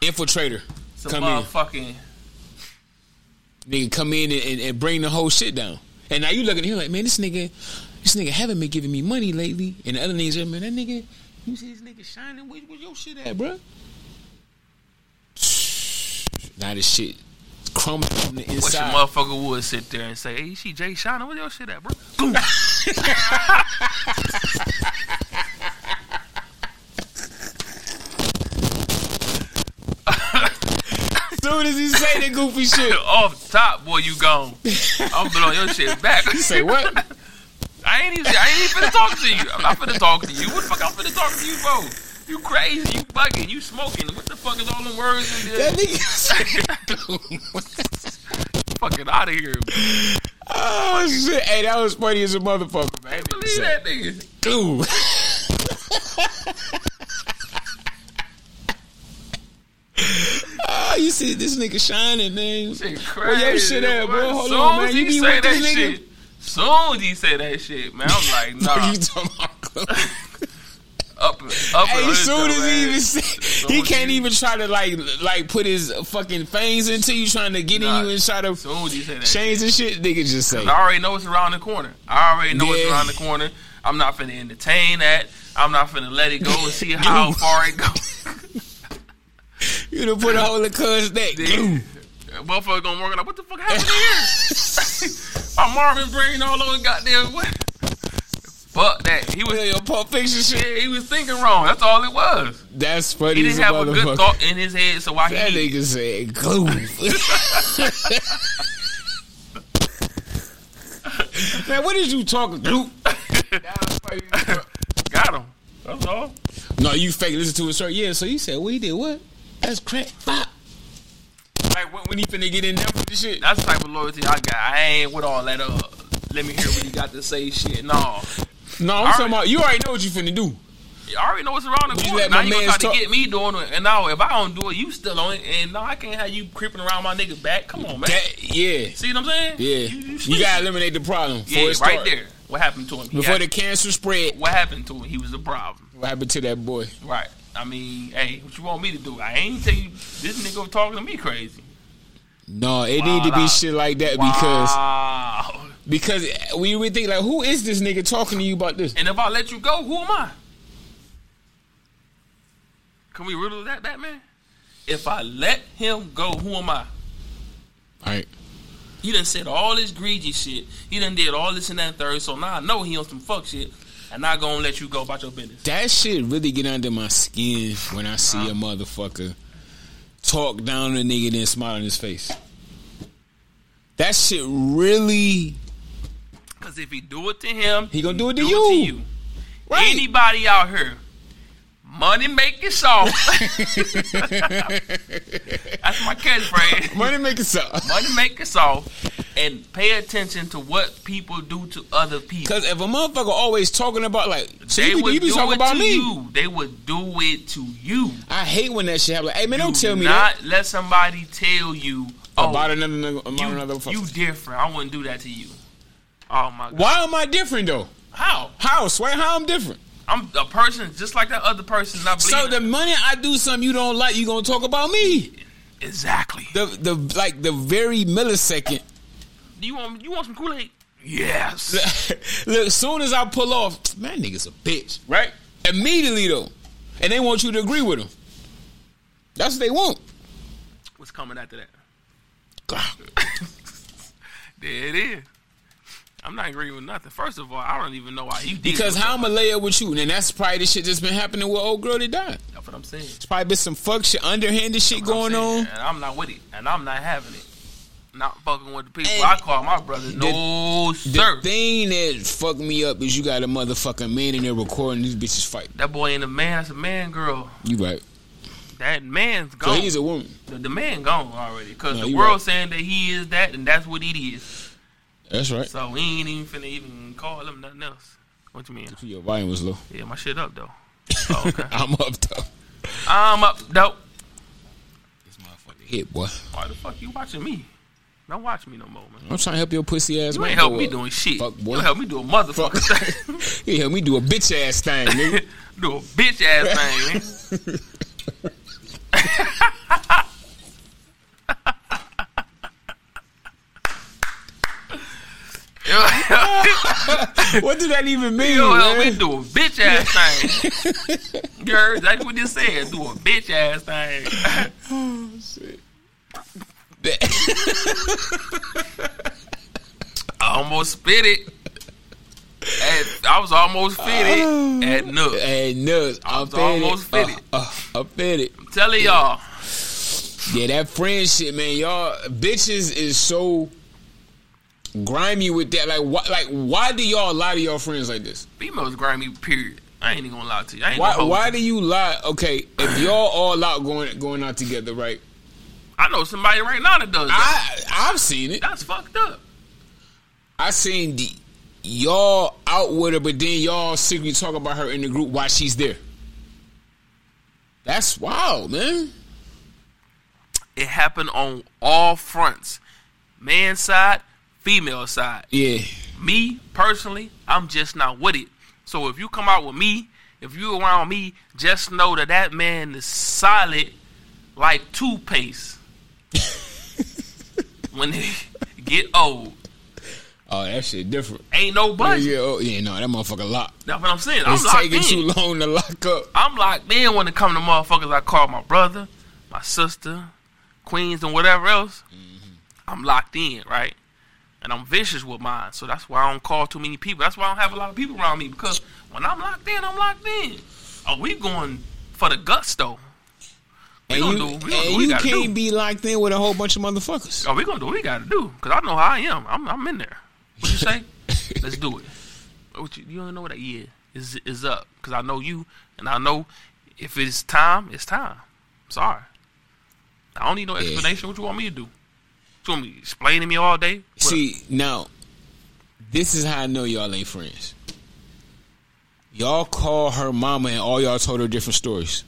Speaker 1: Infiltrator.
Speaker 2: It's a
Speaker 1: Come in.
Speaker 2: motherfucking
Speaker 1: Nigga come in and, and, and bring the whole shit down. And now you looking at him like, man, this nigga, this nigga haven't been giving me money lately. And the other niggas, like, man, that nigga, you see this nigga shining, where, where your shit at, bro? (sighs) Now this shit crumbling from the
Speaker 2: what your
Speaker 1: inside.
Speaker 2: motherfucker would sit there and say, Hey, she Jay Shiner, where your shit at, bro? Boom.
Speaker 1: As soon as he say that goofy shit,
Speaker 2: Off the top, boy,
Speaker 1: (laughs)
Speaker 2: you gone. I'm blowing your shit back.
Speaker 1: say what?
Speaker 2: I ain't even I ain't even finna talk to you. I'm not finna talk to you. What the fuck I'm finna talk to you, bro? You crazy, you bugging, you smoking. What the fuck is all them words in
Speaker 1: That
Speaker 2: there?
Speaker 1: nigga.
Speaker 2: Fucking out of here, bro.
Speaker 1: (laughs) oh shit! Hey, that was funny as a motherfucker, man.
Speaker 2: Hey, believe that nigga.
Speaker 1: Dude. (laughs) Ah, you see this nigga shining, man.
Speaker 2: Shit crazy.
Speaker 1: Where your shit at, bro?
Speaker 2: boy.
Speaker 1: Hold
Speaker 2: Soon
Speaker 1: on, man.
Speaker 2: as
Speaker 1: You
Speaker 2: he
Speaker 1: be
Speaker 2: say
Speaker 1: with
Speaker 2: that
Speaker 1: this nigga?
Speaker 2: shit. Soon as he say that shit, man, I'm
Speaker 1: (laughs)
Speaker 2: like, nah.
Speaker 1: you talking about?
Speaker 2: up, up.
Speaker 1: hey,
Speaker 2: and
Speaker 1: soon
Speaker 2: under,
Speaker 1: as he
Speaker 2: man.
Speaker 1: even say,
Speaker 2: Soon
Speaker 1: he
Speaker 2: as
Speaker 1: can't
Speaker 2: he-
Speaker 1: even try to like like put his fucking fangs into you, trying to get
Speaker 2: Nah.
Speaker 1: in you and try to
Speaker 2: Soon as he say that shit.
Speaker 1: change and shit. Nigga just say,
Speaker 2: I already know it's around the corner. I already know it's
Speaker 1: Yeah.
Speaker 2: around the corner. I'm not finna entertain that. I'm not finna let it go and
Speaker 1: (laughs)
Speaker 2: see how far it goes.
Speaker 1: You done put a hole in cuz neck. (laughs) Boom.
Speaker 2: (laughs) Motherfucker gonna work it out. What the fuck happened here? (laughs) My Marvin brain all over the goddamn what? Fuck that. He
Speaker 1: Play
Speaker 2: was
Speaker 1: your Pulp Fiction shit.
Speaker 2: yeah, he was thinking wrong. That's all it was.
Speaker 1: That's funny
Speaker 2: He
Speaker 1: as
Speaker 2: didn't
Speaker 1: a
Speaker 2: have a good
Speaker 1: motherfucker.
Speaker 2: thought in his head, so why
Speaker 1: That
Speaker 2: he
Speaker 1: nigga said glue. (laughs) Man, what is you talking? Glue.
Speaker 2: got him. That's all.
Speaker 1: No, you fake listen to it, sir. Yeah, so you said we did what? That's crack. Fuck. Like when, when he finna get in there with this shit.
Speaker 2: That's the type of loyalty I got. I ain't with all that uh let me hear what you got to say shit. No.
Speaker 1: No, I'm talking about you already know what you finna do.
Speaker 2: I already know what's around the
Speaker 1: You
Speaker 2: corner.
Speaker 1: let
Speaker 2: Now
Speaker 1: my
Speaker 2: you gonna try
Speaker 1: mans
Speaker 2: to
Speaker 1: talk-
Speaker 2: get me doing it, and now if I don't do it, you still on it. And now I can't have you creeping around my nigga back. Come on, man.
Speaker 1: That yeah.
Speaker 2: See what I'm saying?
Speaker 1: Yeah. You gotta eliminate the problem. Before
Speaker 2: yeah,
Speaker 1: it
Speaker 2: right
Speaker 1: start.
Speaker 2: there. What happened to him? He
Speaker 1: Before
Speaker 2: had-
Speaker 1: the cancer spread.
Speaker 2: what happened to him? He was the problem.
Speaker 1: What happened to that boy?
Speaker 2: Right. I mean, hey, what you want me to do? I ain't tell you this nigga talking to me crazy.
Speaker 1: No, it
Speaker 2: Wow,
Speaker 1: need to be
Speaker 2: nah.
Speaker 1: shit like that
Speaker 2: wow.
Speaker 1: because because we would think like who is this nigga talking to you about this?
Speaker 2: And if I let you go, who am I? Can we riddle that, Batman? If I let him go, who am I?
Speaker 1: All right.
Speaker 2: He done said all this greedy shit. He done did all this and that and third. So now I know he on some fuck shit. And I gonna let you go about your business.
Speaker 1: that shit really get under my skin when I see a motherfucker talk down to a nigga then smile on his face. That shit really
Speaker 2: Cause if he do it to him,
Speaker 1: He gonna do it to
Speaker 2: to
Speaker 1: you.
Speaker 2: you.
Speaker 1: right.
Speaker 2: Anybody out here, money
Speaker 1: (laughs)
Speaker 2: making soft. That's my catchphrase.
Speaker 1: Money make it up.
Speaker 2: Money making soft. And pay attention to what people do to other people.
Speaker 1: Cause if a motherfucker always talking about like, so
Speaker 2: They
Speaker 1: you,
Speaker 2: would
Speaker 1: be- you be
Speaker 2: do
Speaker 1: talking
Speaker 2: it
Speaker 1: about
Speaker 2: to
Speaker 1: me.
Speaker 2: you. They would do it to you.
Speaker 1: I hate when that shit happen. Like, hey man, don't
Speaker 2: Do
Speaker 1: tell me
Speaker 2: not let somebody tell you
Speaker 1: that
Speaker 2: oh,
Speaker 1: about another nigga- about another
Speaker 2: you,
Speaker 1: fuck.
Speaker 2: you different. I wouldn't do that to you. Oh my god.
Speaker 1: Why am I different though?
Speaker 2: How?
Speaker 1: How? Swear how I'm different.
Speaker 2: I'm a person just like that other person. Not
Speaker 1: So
Speaker 2: bleeding.
Speaker 1: the minute I do something you don't like, you gonna talk about me.
Speaker 2: exactly.
Speaker 1: The the like the very millisecond
Speaker 2: Do you want you want some Kool Aid? Yes.
Speaker 1: (laughs) Look, as soon as I pull off, man, nigga's a bitch, right? Immediately though, and they want you to agree with them. That's what they want.
Speaker 2: What's coming after that?
Speaker 1: God.
Speaker 2: There it is. I'm not agreeing with nothing. First of all, I don't even know why you did.
Speaker 1: Because
Speaker 2: it.
Speaker 1: how I'ma lay up with you, and that's probably the shit that's been happening with old girl that died.
Speaker 2: That's what I'm saying.
Speaker 1: It's probably been some fuck shit, underhanded shit
Speaker 2: That's what I'm
Speaker 1: going
Speaker 2: saying.
Speaker 1: on.
Speaker 2: and I'm not with it, and I'm not having it. Not fucking with the people
Speaker 1: And
Speaker 2: I call my brother. No
Speaker 1: The
Speaker 2: sir,
Speaker 1: thing that fucked me up is you got a motherfucking man in there recording these bitches fight.
Speaker 2: that boy ain't a man. That's a man, girl.
Speaker 1: You right?
Speaker 2: That man's
Speaker 1: So
Speaker 2: gone.
Speaker 1: he's a woman.
Speaker 2: the, the man gone already. Cause
Speaker 1: No,
Speaker 2: the
Speaker 1: you
Speaker 2: world
Speaker 1: right.
Speaker 2: saying that he is that, and that's what it is.
Speaker 1: That's right.
Speaker 2: So we ain't even finna even call him nothing else. What you mean?
Speaker 1: Your volume was
Speaker 2: (laughs)
Speaker 1: low.
Speaker 2: Yeah, my shit up
Speaker 1: (laughs)
Speaker 2: though. Oh, okay.
Speaker 1: I'm up though.
Speaker 2: I'm up though.
Speaker 1: This motherfucker hit boy.
Speaker 2: Why the fuck you watching me? Don't watch me no more, man.
Speaker 1: I'm trying to help your pussy ass.
Speaker 2: You
Speaker 1: man
Speaker 2: ain't help
Speaker 1: grow
Speaker 2: me
Speaker 1: up.
Speaker 2: doing shit.
Speaker 1: Fuck, boy.
Speaker 2: you help me do a motherfucker thing.
Speaker 1: (laughs) he helped me do a bitch ass thing,
Speaker 2: (laughs)
Speaker 1: nigga.
Speaker 2: do a bitch
Speaker 1: (laughs)
Speaker 2: ass thing, (laughs) man.
Speaker 1: what did that even mean,
Speaker 2: You help me
Speaker 1: man?
Speaker 2: do a bitch ass thing. Girl, that's what you said. Do a bitch ass thing. I almost spit it. At- I was almost
Speaker 1: (sighs)
Speaker 2: fitted at Nook.
Speaker 1: Hey, nuts. I'm
Speaker 2: was almost
Speaker 1: fed
Speaker 2: fitted.
Speaker 1: it. Uh, uh, I fed it.
Speaker 2: Telling y'all,
Speaker 1: Yeah, that friend shit, man. Y'all bitches is so grimy with that. Like, why, like, why do y'all lie to your friends like this?
Speaker 2: females grimy. Period. I ain't even gonna lie to you. I ain't
Speaker 1: Why,
Speaker 2: gonna hold
Speaker 1: why
Speaker 2: you.
Speaker 1: do you lie? Okay, if y'all all out going going out together, right?
Speaker 2: I know somebody right now that does that.
Speaker 1: I I've seen it.
Speaker 2: That's fucked up.
Speaker 1: I seen the y'all out with her, but then y'all secretly talk about her in the group while she's there. That's wild, man.
Speaker 2: It happened on all fronts, man side, female side.
Speaker 1: Yeah,
Speaker 2: me personally, I'm just not with it. So if you come out with me, if you around me, just know that that man is solid like (laughs) toothpaste. when they get old,
Speaker 1: Oh, that shit different.
Speaker 2: Ain't no budget.
Speaker 1: Yeah, oh, yeah, no, that motherfucker locked.
Speaker 2: That's what I'm saying. I'm
Speaker 1: It's
Speaker 2: locked
Speaker 1: taking
Speaker 2: in.
Speaker 1: too long to lock up.
Speaker 2: I'm locked in when it come to motherfuckers. I call my brother, my sister, Queens, and whatever else. I'm locked in, right? And I'm vicious with mine, so that's why I don't call too many people. That's why I don't have a lot of people around me because when I'm locked in, I'm locked in. Are we going for the gusto? We
Speaker 1: And
Speaker 2: gonna
Speaker 1: you,
Speaker 2: do- we gonna
Speaker 1: and
Speaker 2: do what we
Speaker 1: you
Speaker 2: gotta
Speaker 1: can't
Speaker 2: do. Oh,
Speaker 1: be locked in with a whole bunch of motherfuckers.
Speaker 2: Are we gonna do what we gotta do? Cause I know how I am. I'm, I'm in there. What you say? Let's do it. What you, you don't know what that yeah is is up? Cause I know you, and I know if it's time, it's time. I'm sorry. I don't need no explanation. What you want me to do? You want me explaining me all day? What-
Speaker 1: See, now, this is how I know y'all ain't friends. Y'all call her mama and all y'all told her different stories.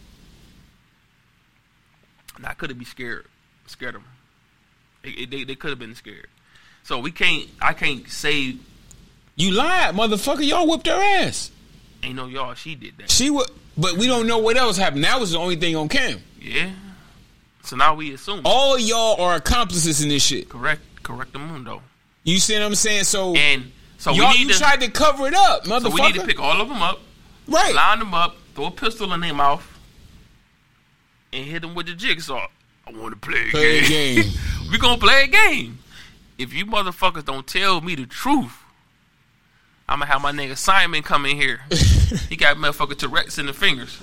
Speaker 2: And I could have been scared, scared them. It, it- they they could have been scared. So we can't. I can't say.
Speaker 1: You lied, motherfucker. Y'all whipped her ass.
Speaker 2: Ain't no y'all. She did that.
Speaker 1: She would, but we don't know what else happened. That was the only thing on cam.
Speaker 2: Yeah. So now we assume.
Speaker 1: All y'all are accomplices in this shit.
Speaker 2: Correct. Correct the mundo.
Speaker 1: You see what I'm saying? So
Speaker 2: And so
Speaker 1: y'all,
Speaker 2: we
Speaker 1: you
Speaker 2: need to.
Speaker 1: tried to cover it up, motherfucker.
Speaker 2: So we need to pick all of them up,
Speaker 1: right. (laughs)
Speaker 2: line them up, throw a pistol in their mouth, and hit them with the jigsaw. I want to play a
Speaker 1: Play a
Speaker 2: game.
Speaker 1: game.
Speaker 2: (laughs) we gonna play a game. If you motherfuckers don't tell me the truth, I'm gonna have my nigga Simon come
Speaker 1: (laughs)
Speaker 2: in here. he got motherfucker Tourette's in the fingers.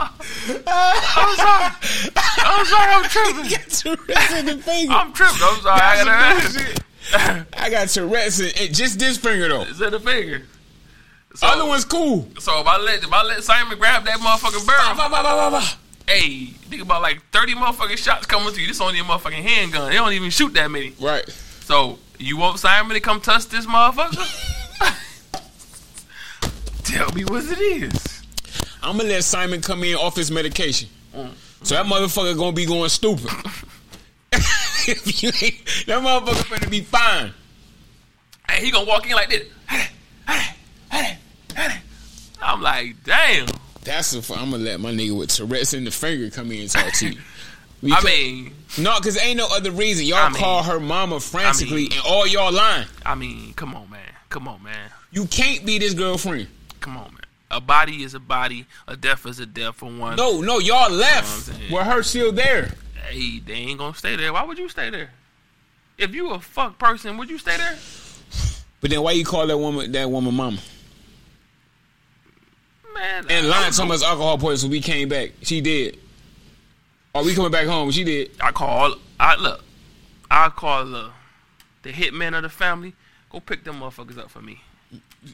Speaker 2: I'm sorry. I'm sorry. I'm tripping.
Speaker 1: got Tourette's in the finger.
Speaker 2: I'm tripping. I'm sorry.
Speaker 1: That's
Speaker 2: I gotta.
Speaker 1: some bullshit. I got Tourette's in and just this finger though.
Speaker 2: It's in the finger. So,
Speaker 1: Other one's cool.
Speaker 2: so if I let if I let Simon grab that motherfucking barrel,
Speaker 1: Bah, bah, bah, bah, bah.
Speaker 2: hey, think about like thirty motherfucking shots coming to you. This only a motherfucking handgun. They don't even shoot that many.
Speaker 1: Right.
Speaker 2: So you want Simon to come touch this motherfucker? (laughs) Tell me what it is.
Speaker 1: I'm gonna let Simon come in off his medication.
Speaker 2: Mm.
Speaker 1: So that motherfucker gonna be going stupid. (laughs) if you ain't, that motherfucker gonna be fine.
Speaker 2: Hey, he gonna walk in like this. I'm like, damn.
Speaker 1: That's if I'm gonna let my nigga with Tourette's in the finger come in and talk to you.
Speaker 2: (laughs) I
Speaker 1: Because-
Speaker 2: mean,
Speaker 1: no, because ain't no other reason. Y'all
Speaker 2: I mean-
Speaker 1: call her mama frantically,
Speaker 2: I mean-
Speaker 1: and all y'all lying.
Speaker 2: I mean, come on, man. Come on, man.
Speaker 1: You can't be this girlfriend.
Speaker 2: Come on, man. A body is a body. A death is a death for one.
Speaker 1: No, no, y'all left
Speaker 2: I'm saying.
Speaker 1: with her still there.
Speaker 2: Hey, they ain't gonna stay there. Why would you stay there? If you a fuck person, would you stay there?
Speaker 1: But then why you call that woman that woman mama?
Speaker 2: Man,
Speaker 1: And
Speaker 2: I-
Speaker 1: lying so much alcohol poisoning. We came back. She did. Are we coming back home? She did.
Speaker 2: I call. I look. I call the the hitman of the family. Go pick them motherfuckers up for me.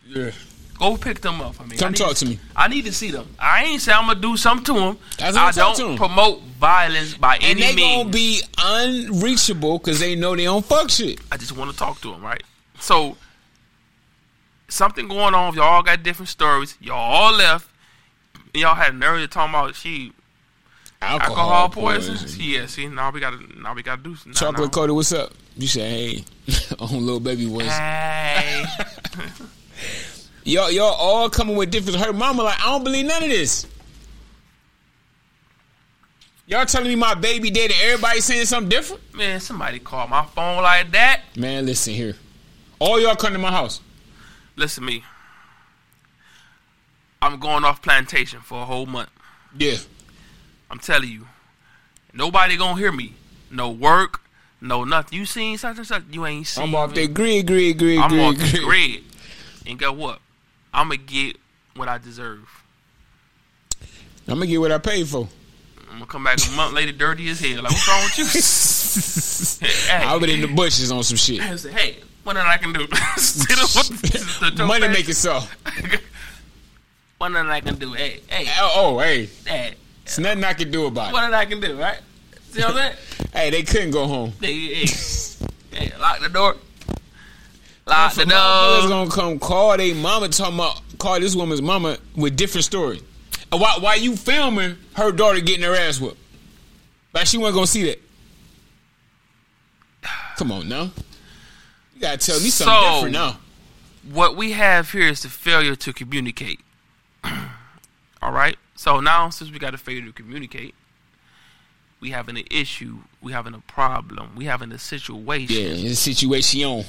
Speaker 1: Yeah.
Speaker 2: Go pick them up for me. I
Speaker 1: Come
Speaker 2: need
Speaker 1: talk to me.
Speaker 2: I need to see them. I ain't say I'm gonna do something to them.
Speaker 1: That's what
Speaker 2: I
Speaker 1: I'm talking
Speaker 2: don't
Speaker 1: to 'em.
Speaker 2: promote violence by
Speaker 1: And
Speaker 2: any
Speaker 1: they gonna
Speaker 2: means.
Speaker 1: be unreachable because they know they don't fuck shit.
Speaker 2: I just want to talk to them, right? So something going on. Y'all all got different stories. Y'all all left. And y'all had nerve to talk about she
Speaker 1: Alcohol,
Speaker 2: alcohol poisoning. Yeah, see now we gotta now we gotta do now,
Speaker 1: Chocolate
Speaker 2: now.
Speaker 1: Cody, what's up? You said hey (laughs) on little baby voice.
Speaker 2: Hey,
Speaker 1: (laughs) Y'all, y'all all coming with different. Her mama like, I don't believe none of this. Y'all telling me my baby dead and everybody saying something different?
Speaker 2: man, somebody call my phone like that.
Speaker 1: Man, listen here. All y'all come to my house.
Speaker 2: Listen to me. I'm going off plantation for a whole month.
Speaker 1: Yeah.
Speaker 2: I'm telling you, nobody gonna hear me. No work, no nothing. You seen such and such? You ain't seen.
Speaker 1: I'm off
Speaker 2: me.
Speaker 1: that grid, grid, grid,
Speaker 2: I'm
Speaker 1: grid,
Speaker 2: off the
Speaker 1: grid.
Speaker 2: grid. And guess what? I'm gonna get what I deserve.
Speaker 1: I'm gonna get what I paid
Speaker 2: (laughs)
Speaker 1: for.
Speaker 2: I'm gonna come back a month later, dirty as hell. Like what's wrong with
Speaker 1: (laughs)
Speaker 2: you? Hey.
Speaker 1: I was in the bushes on some
Speaker 2: (laughs)
Speaker 1: shit.
Speaker 2: I said, hey, what I can do? (laughs) Sit up with this- the (laughs) dope
Speaker 1: Money
Speaker 2: ass-
Speaker 1: make itself.
Speaker 2: What did I can do? Hey, hey,
Speaker 1: Oh, oh, hey,
Speaker 2: hey.
Speaker 1: it's nothing I can do about it.
Speaker 2: What did I can do, right? See what
Speaker 1: (laughs)
Speaker 2: I'm saying?
Speaker 1: Hey, they couldn't go home.
Speaker 2: Hey, hey, hey, lock the door. Lock the
Speaker 1: Motherfuckers
Speaker 2: door.
Speaker 1: gonna come call they mama talking about call this woman's mama with different story. And why why you filming her daughter getting her ass whooped? Like she wasn't gonna see that. Come on now. You gotta tell me something
Speaker 2: So-
Speaker 1: different now.
Speaker 2: what we have here is the failure to communicate. (clears throat) All right. So now, since we got a failure to communicate, we having an issue. We having a problem. We having a situation.
Speaker 1: Yeah, it's a situation.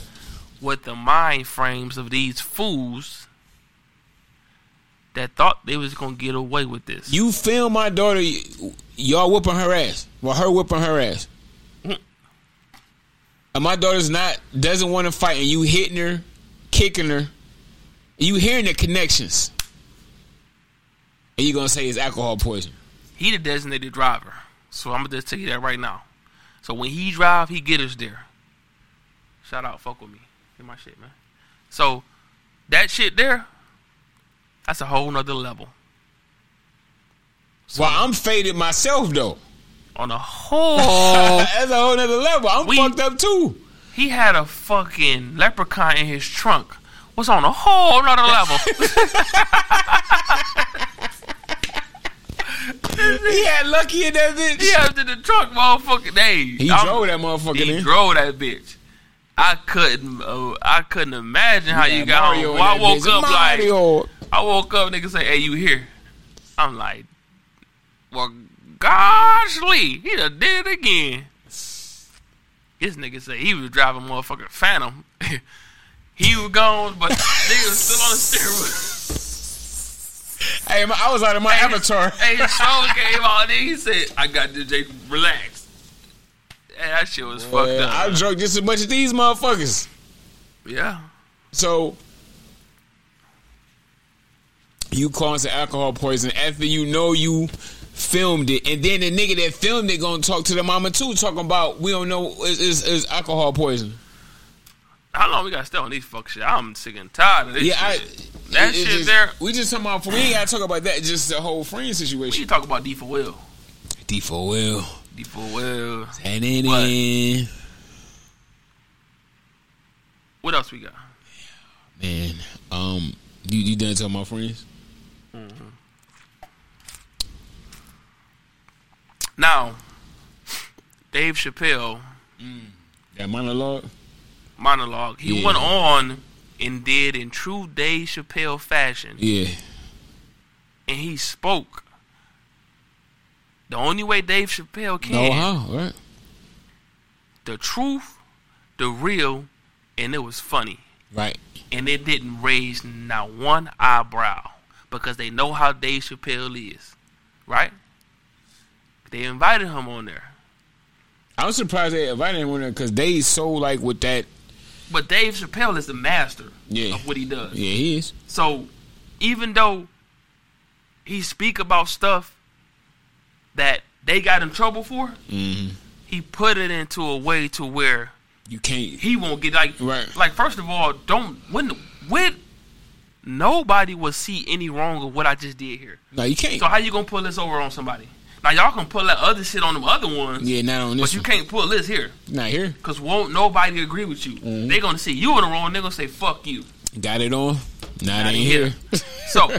Speaker 2: with the mind frames of these fools that thought they was gonna get away with this.
Speaker 1: You film my daughter, y- y'all whooping her ass. Well, her whooping her ass. And my daughter's not doesn't want to fight, and you hitting her, kicking her. You hearing the connections, and you gonna say it's alcohol poison.
Speaker 2: he the designated driver, so I'm gonna just tell you that right now. So when he drive, he get us there. Shout out, fuck with me, get my shit, man. So that shit there, that's a whole nother level.
Speaker 1: Well, I'm faded myself though.
Speaker 2: On a whole,
Speaker 1: (laughs) That's a whole nother level. I'm
Speaker 2: Oh. We-
Speaker 1: fucked up too.
Speaker 2: he had a fucking leprechaun in his trunk. Was on a whole
Speaker 1: (laughs)
Speaker 2: nother level.
Speaker 1: He had lucky in that bitch.
Speaker 2: He after the truck, motherfucker. Hey,
Speaker 1: He
Speaker 2: I'm-
Speaker 1: drove that motherfucker
Speaker 2: He
Speaker 1: in.
Speaker 2: drove that bitch. I couldn't. Uh, I couldn't imagine how you
Speaker 1: Yeah,
Speaker 2: got
Speaker 1: Mario
Speaker 2: home.
Speaker 1: in
Speaker 2: Well, I
Speaker 1: that
Speaker 2: woke
Speaker 1: bitch.
Speaker 2: up like
Speaker 1: Mario.
Speaker 2: I woke up. Nigga say, "Hey, you here?" I'm like, "Well, gosh, Lee, he done did it again." This nigga say he was driving motherfucking Phantom. (laughs) he was gone,
Speaker 1: (laughs)
Speaker 2: but nigga was still on the steering wheel.
Speaker 1: Hey, my, I was out of my avatar.
Speaker 2: (laughs) Hey, his phone came on and he said, I got DJ relax. Hey, that shit was fucked
Speaker 1: Yeah,
Speaker 2: up.
Speaker 1: I drunk just as much as these motherfuckers.
Speaker 2: yeah.
Speaker 1: So you caused the alcohol poison after you know you filmed it, and then the nigga that filmed it gonna talk to the mama too, talking about we don't know is is, is alcohol poison.
Speaker 2: How long we got to stay on these fuck shit? I'm sick and tired of this
Speaker 1: Yeah, I
Speaker 2: shit. That
Speaker 1: it- it
Speaker 2: shit
Speaker 1: just-
Speaker 2: there-
Speaker 1: We just talking about we ain't gotta talk about that. Just the whole friend
Speaker 2: we
Speaker 1: situation.
Speaker 2: talk about D for Will.
Speaker 1: D for will
Speaker 2: D for Will.
Speaker 1: and then
Speaker 2: What?
Speaker 1: in.
Speaker 2: What else we got?
Speaker 1: man, um, you you done talking about friends?
Speaker 2: Now, Dave Chappelle
Speaker 1: That monologue.
Speaker 2: monologue. He
Speaker 1: Yeah.
Speaker 2: went on and did in true Dave Chappelle fashion.
Speaker 1: Yeah,
Speaker 2: And he spoke. The only way Dave Chappelle can.
Speaker 1: no how right?
Speaker 2: the truth, the real, and it was funny.
Speaker 1: Right.
Speaker 2: And it didn't raise not one eyebrow because they know how Dave Chappelle is, right? They invited him on there,
Speaker 1: I'm surprised they invited him on there because they so like with that.
Speaker 2: but Dave Chappelle is the master
Speaker 1: Yeah.
Speaker 2: of what he does.
Speaker 1: Yeah, he is.
Speaker 2: So even though he speak about stuff that they got in trouble for, Mm-hmm. he put it into a way to where
Speaker 1: You can't.
Speaker 2: he won't get like
Speaker 1: Right.
Speaker 2: like first of all don't when when nobody will see any wrong of what I just did here.
Speaker 1: No, you can't.
Speaker 2: So how you gonna pull this over on somebody? Now y'all can pull that other shit on them other ones,
Speaker 1: yeah, not on
Speaker 2: but
Speaker 1: this.
Speaker 2: you
Speaker 1: one.
Speaker 2: can't pull this here
Speaker 1: Not here.
Speaker 2: because won't nobody agree with you.
Speaker 1: Mm-hmm.
Speaker 2: They gonna see you in the wrong. They gonna say fuck you.
Speaker 1: Got it on. Not,
Speaker 2: Not
Speaker 1: in here.
Speaker 2: here. So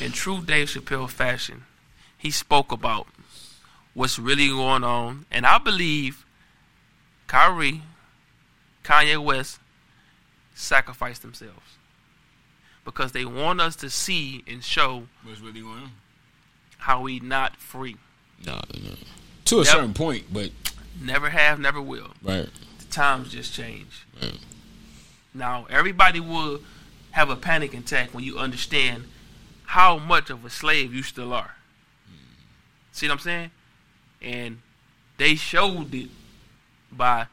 Speaker 2: in true Dave Chappelle fashion, he spoke about what's really going on, and I believe Kyrie, Kanye West sacrificed themselves because they want us to see and show
Speaker 1: What's really going on?
Speaker 2: how we not free,
Speaker 1: No, no. To a
Speaker 2: Yep.
Speaker 1: certain point, but
Speaker 2: never have, never will.
Speaker 1: right.
Speaker 2: The times just change.
Speaker 1: Right.
Speaker 2: Now everybody will have a panic attack when you understand how much of a slave you still are. See what I'm saying? And they showed it by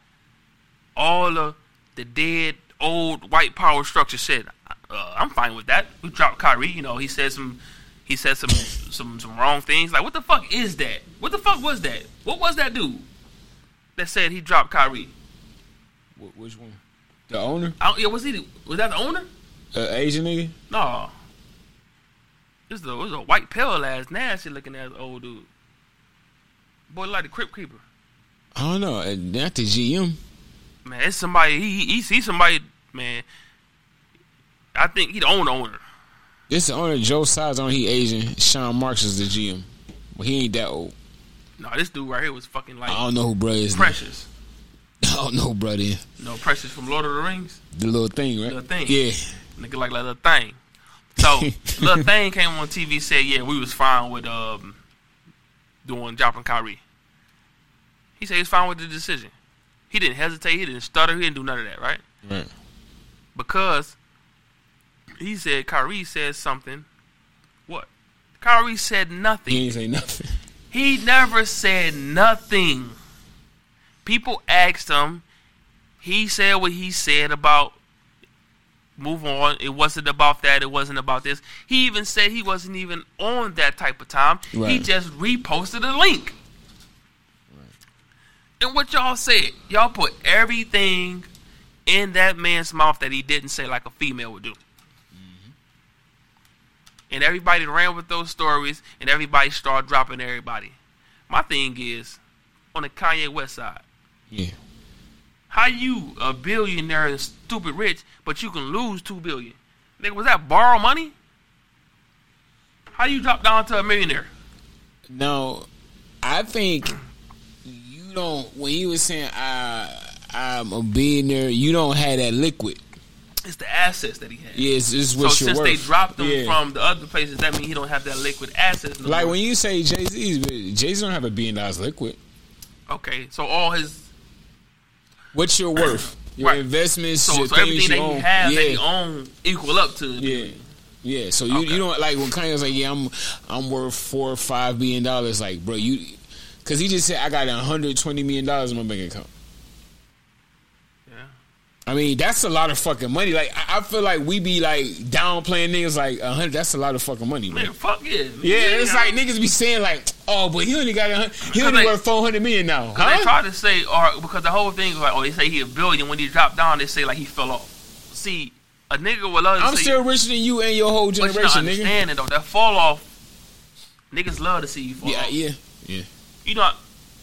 Speaker 2: all of the dead old white power structure said, uh, "I'm fine with that." We dropped Kyrie. You know, he said some, he said some, some, some wrong things. Like, what the fuck is that? What the fuck was that? What was that dude that said he dropped Kyrie?
Speaker 1: Wh- Which one? The owner,
Speaker 2: I don't, yeah, was he? the- Was that the owner?
Speaker 1: uh, Asian nigga.
Speaker 2: No. This is a, this is a white pale ass nasty looking ass old dude. Boy like the Crip Creeper.
Speaker 1: I don't know. uh, Not the GM.
Speaker 2: Man, it's somebody he he, he see somebody man. I think he the owner owner.
Speaker 1: It's the owner Joe Sides on. He Asian. Sean Marks is the GM. Well, he ain't that old.
Speaker 2: No, this dude right here was fucking
Speaker 1: I
Speaker 2: like
Speaker 1: (laughs) don't know who bro is.
Speaker 2: precious.
Speaker 1: Oh no, brother.
Speaker 2: No precious from Lord of the Rings.
Speaker 1: The little thing, right?
Speaker 2: Little Thing.
Speaker 1: Yeah.
Speaker 2: Nigga like Little Thing. So Little Thing came on TV said, yeah, we was fine with um doing dropping Kyrie. He said he's fine with the decision. He didn't hesitate. He didn't stutter. He didn't do none of that, right?
Speaker 1: Right.
Speaker 2: Because he said Kyrie said something. What? Kyrie said nothing.
Speaker 1: He ain't say nothing. (laughs)
Speaker 2: He never said nothing. People asked him. He said what he said about move on. It wasn't about that. It wasn't about this. He even said he wasn't even on that type of time. He
Speaker 1: Right.
Speaker 2: just reposted a link. And what y'all said, y'all put everything in that man's mouth that he didn't say like a female would do. And everybody ran with those stories, and everybody started dropping everybody. My thing is, on the Kanye West side,
Speaker 1: Yeah.
Speaker 2: how you a billionaire and stupid rich, but you can lose two billion? Nigga, was that borrow money? How you drop down to a millionaire?
Speaker 1: No, I think you don't. When he was saying I, I'm a billionaire, you don't have that liquid.
Speaker 2: It's the assets that he had.
Speaker 1: Yeah, it's, it's
Speaker 2: so
Speaker 1: what you're
Speaker 2: since
Speaker 1: worth.
Speaker 2: they dropped him
Speaker 1: Yeah.
Speaker 2: from the other places, that means he don't have that liquid assets. No
Speaker 1: like
Speaker 2: more.
Speaker 1: when you say Jay Z, Jay Z don't have a billion dollars liquid.
Speaker 2: okay, so all his
Speaker 1: What's your worth? Your
Speaker 2: Right.
Speaker 1: investments,
Speaker 2: so,
Speaker 1: your
Speaker 2: so
Speaker 1: things
Speaker 2: everything
Speaker 1: you
Speaker 2: that
Speaker 1: own.
Speaker 2: he has,
Speaker 1: yeah.
Speaker 2: that he own, equal up to.
Speaker 1: Yeah. Yeah, so you
Speaker 2: Okay.
Speaker 1: you don't like when Kanye was like, yeah, I'm I'm worth four or five billion dollars. Like, bro, you because he just said I got 120 million dollars in my bank account.
Speaker 2: Yeah.
Speaker 1: I mean, that's a lot of fucking money. Like, I, I feel like we be like downplaying niggas like a hundred. That's a lot of fucking money, man.
Speaker 2: Man, fuck yeah. man.
Speaker 1: Yeah, it's
Speaker 2: I-
Speaker 1: like niggas be saying like, oh, but he only got a hundred. He only
Speaker 2: they-
Speaker 1: worth 400 million now,
Speaker 2: They
Speaker 1: huh?
Speaker 2: tried to say, or because the whole thing was like, oh, they say he a billion. When he dropped down, they say like he fell off. See, a nigga will love to
Speaker 1: I'm
Speaker 2: see,
Speaker 1: still richer than you and your whole
Speaker 2: but you don't
Speaker 1: generation, nigga.
Speaker 2: understand it though. That fall off, niggas love to see you fall
Speaker 1: Yeah,
Speaker 2: off.
Speaker 1: yeah, yeah.
Speaker 2: You know,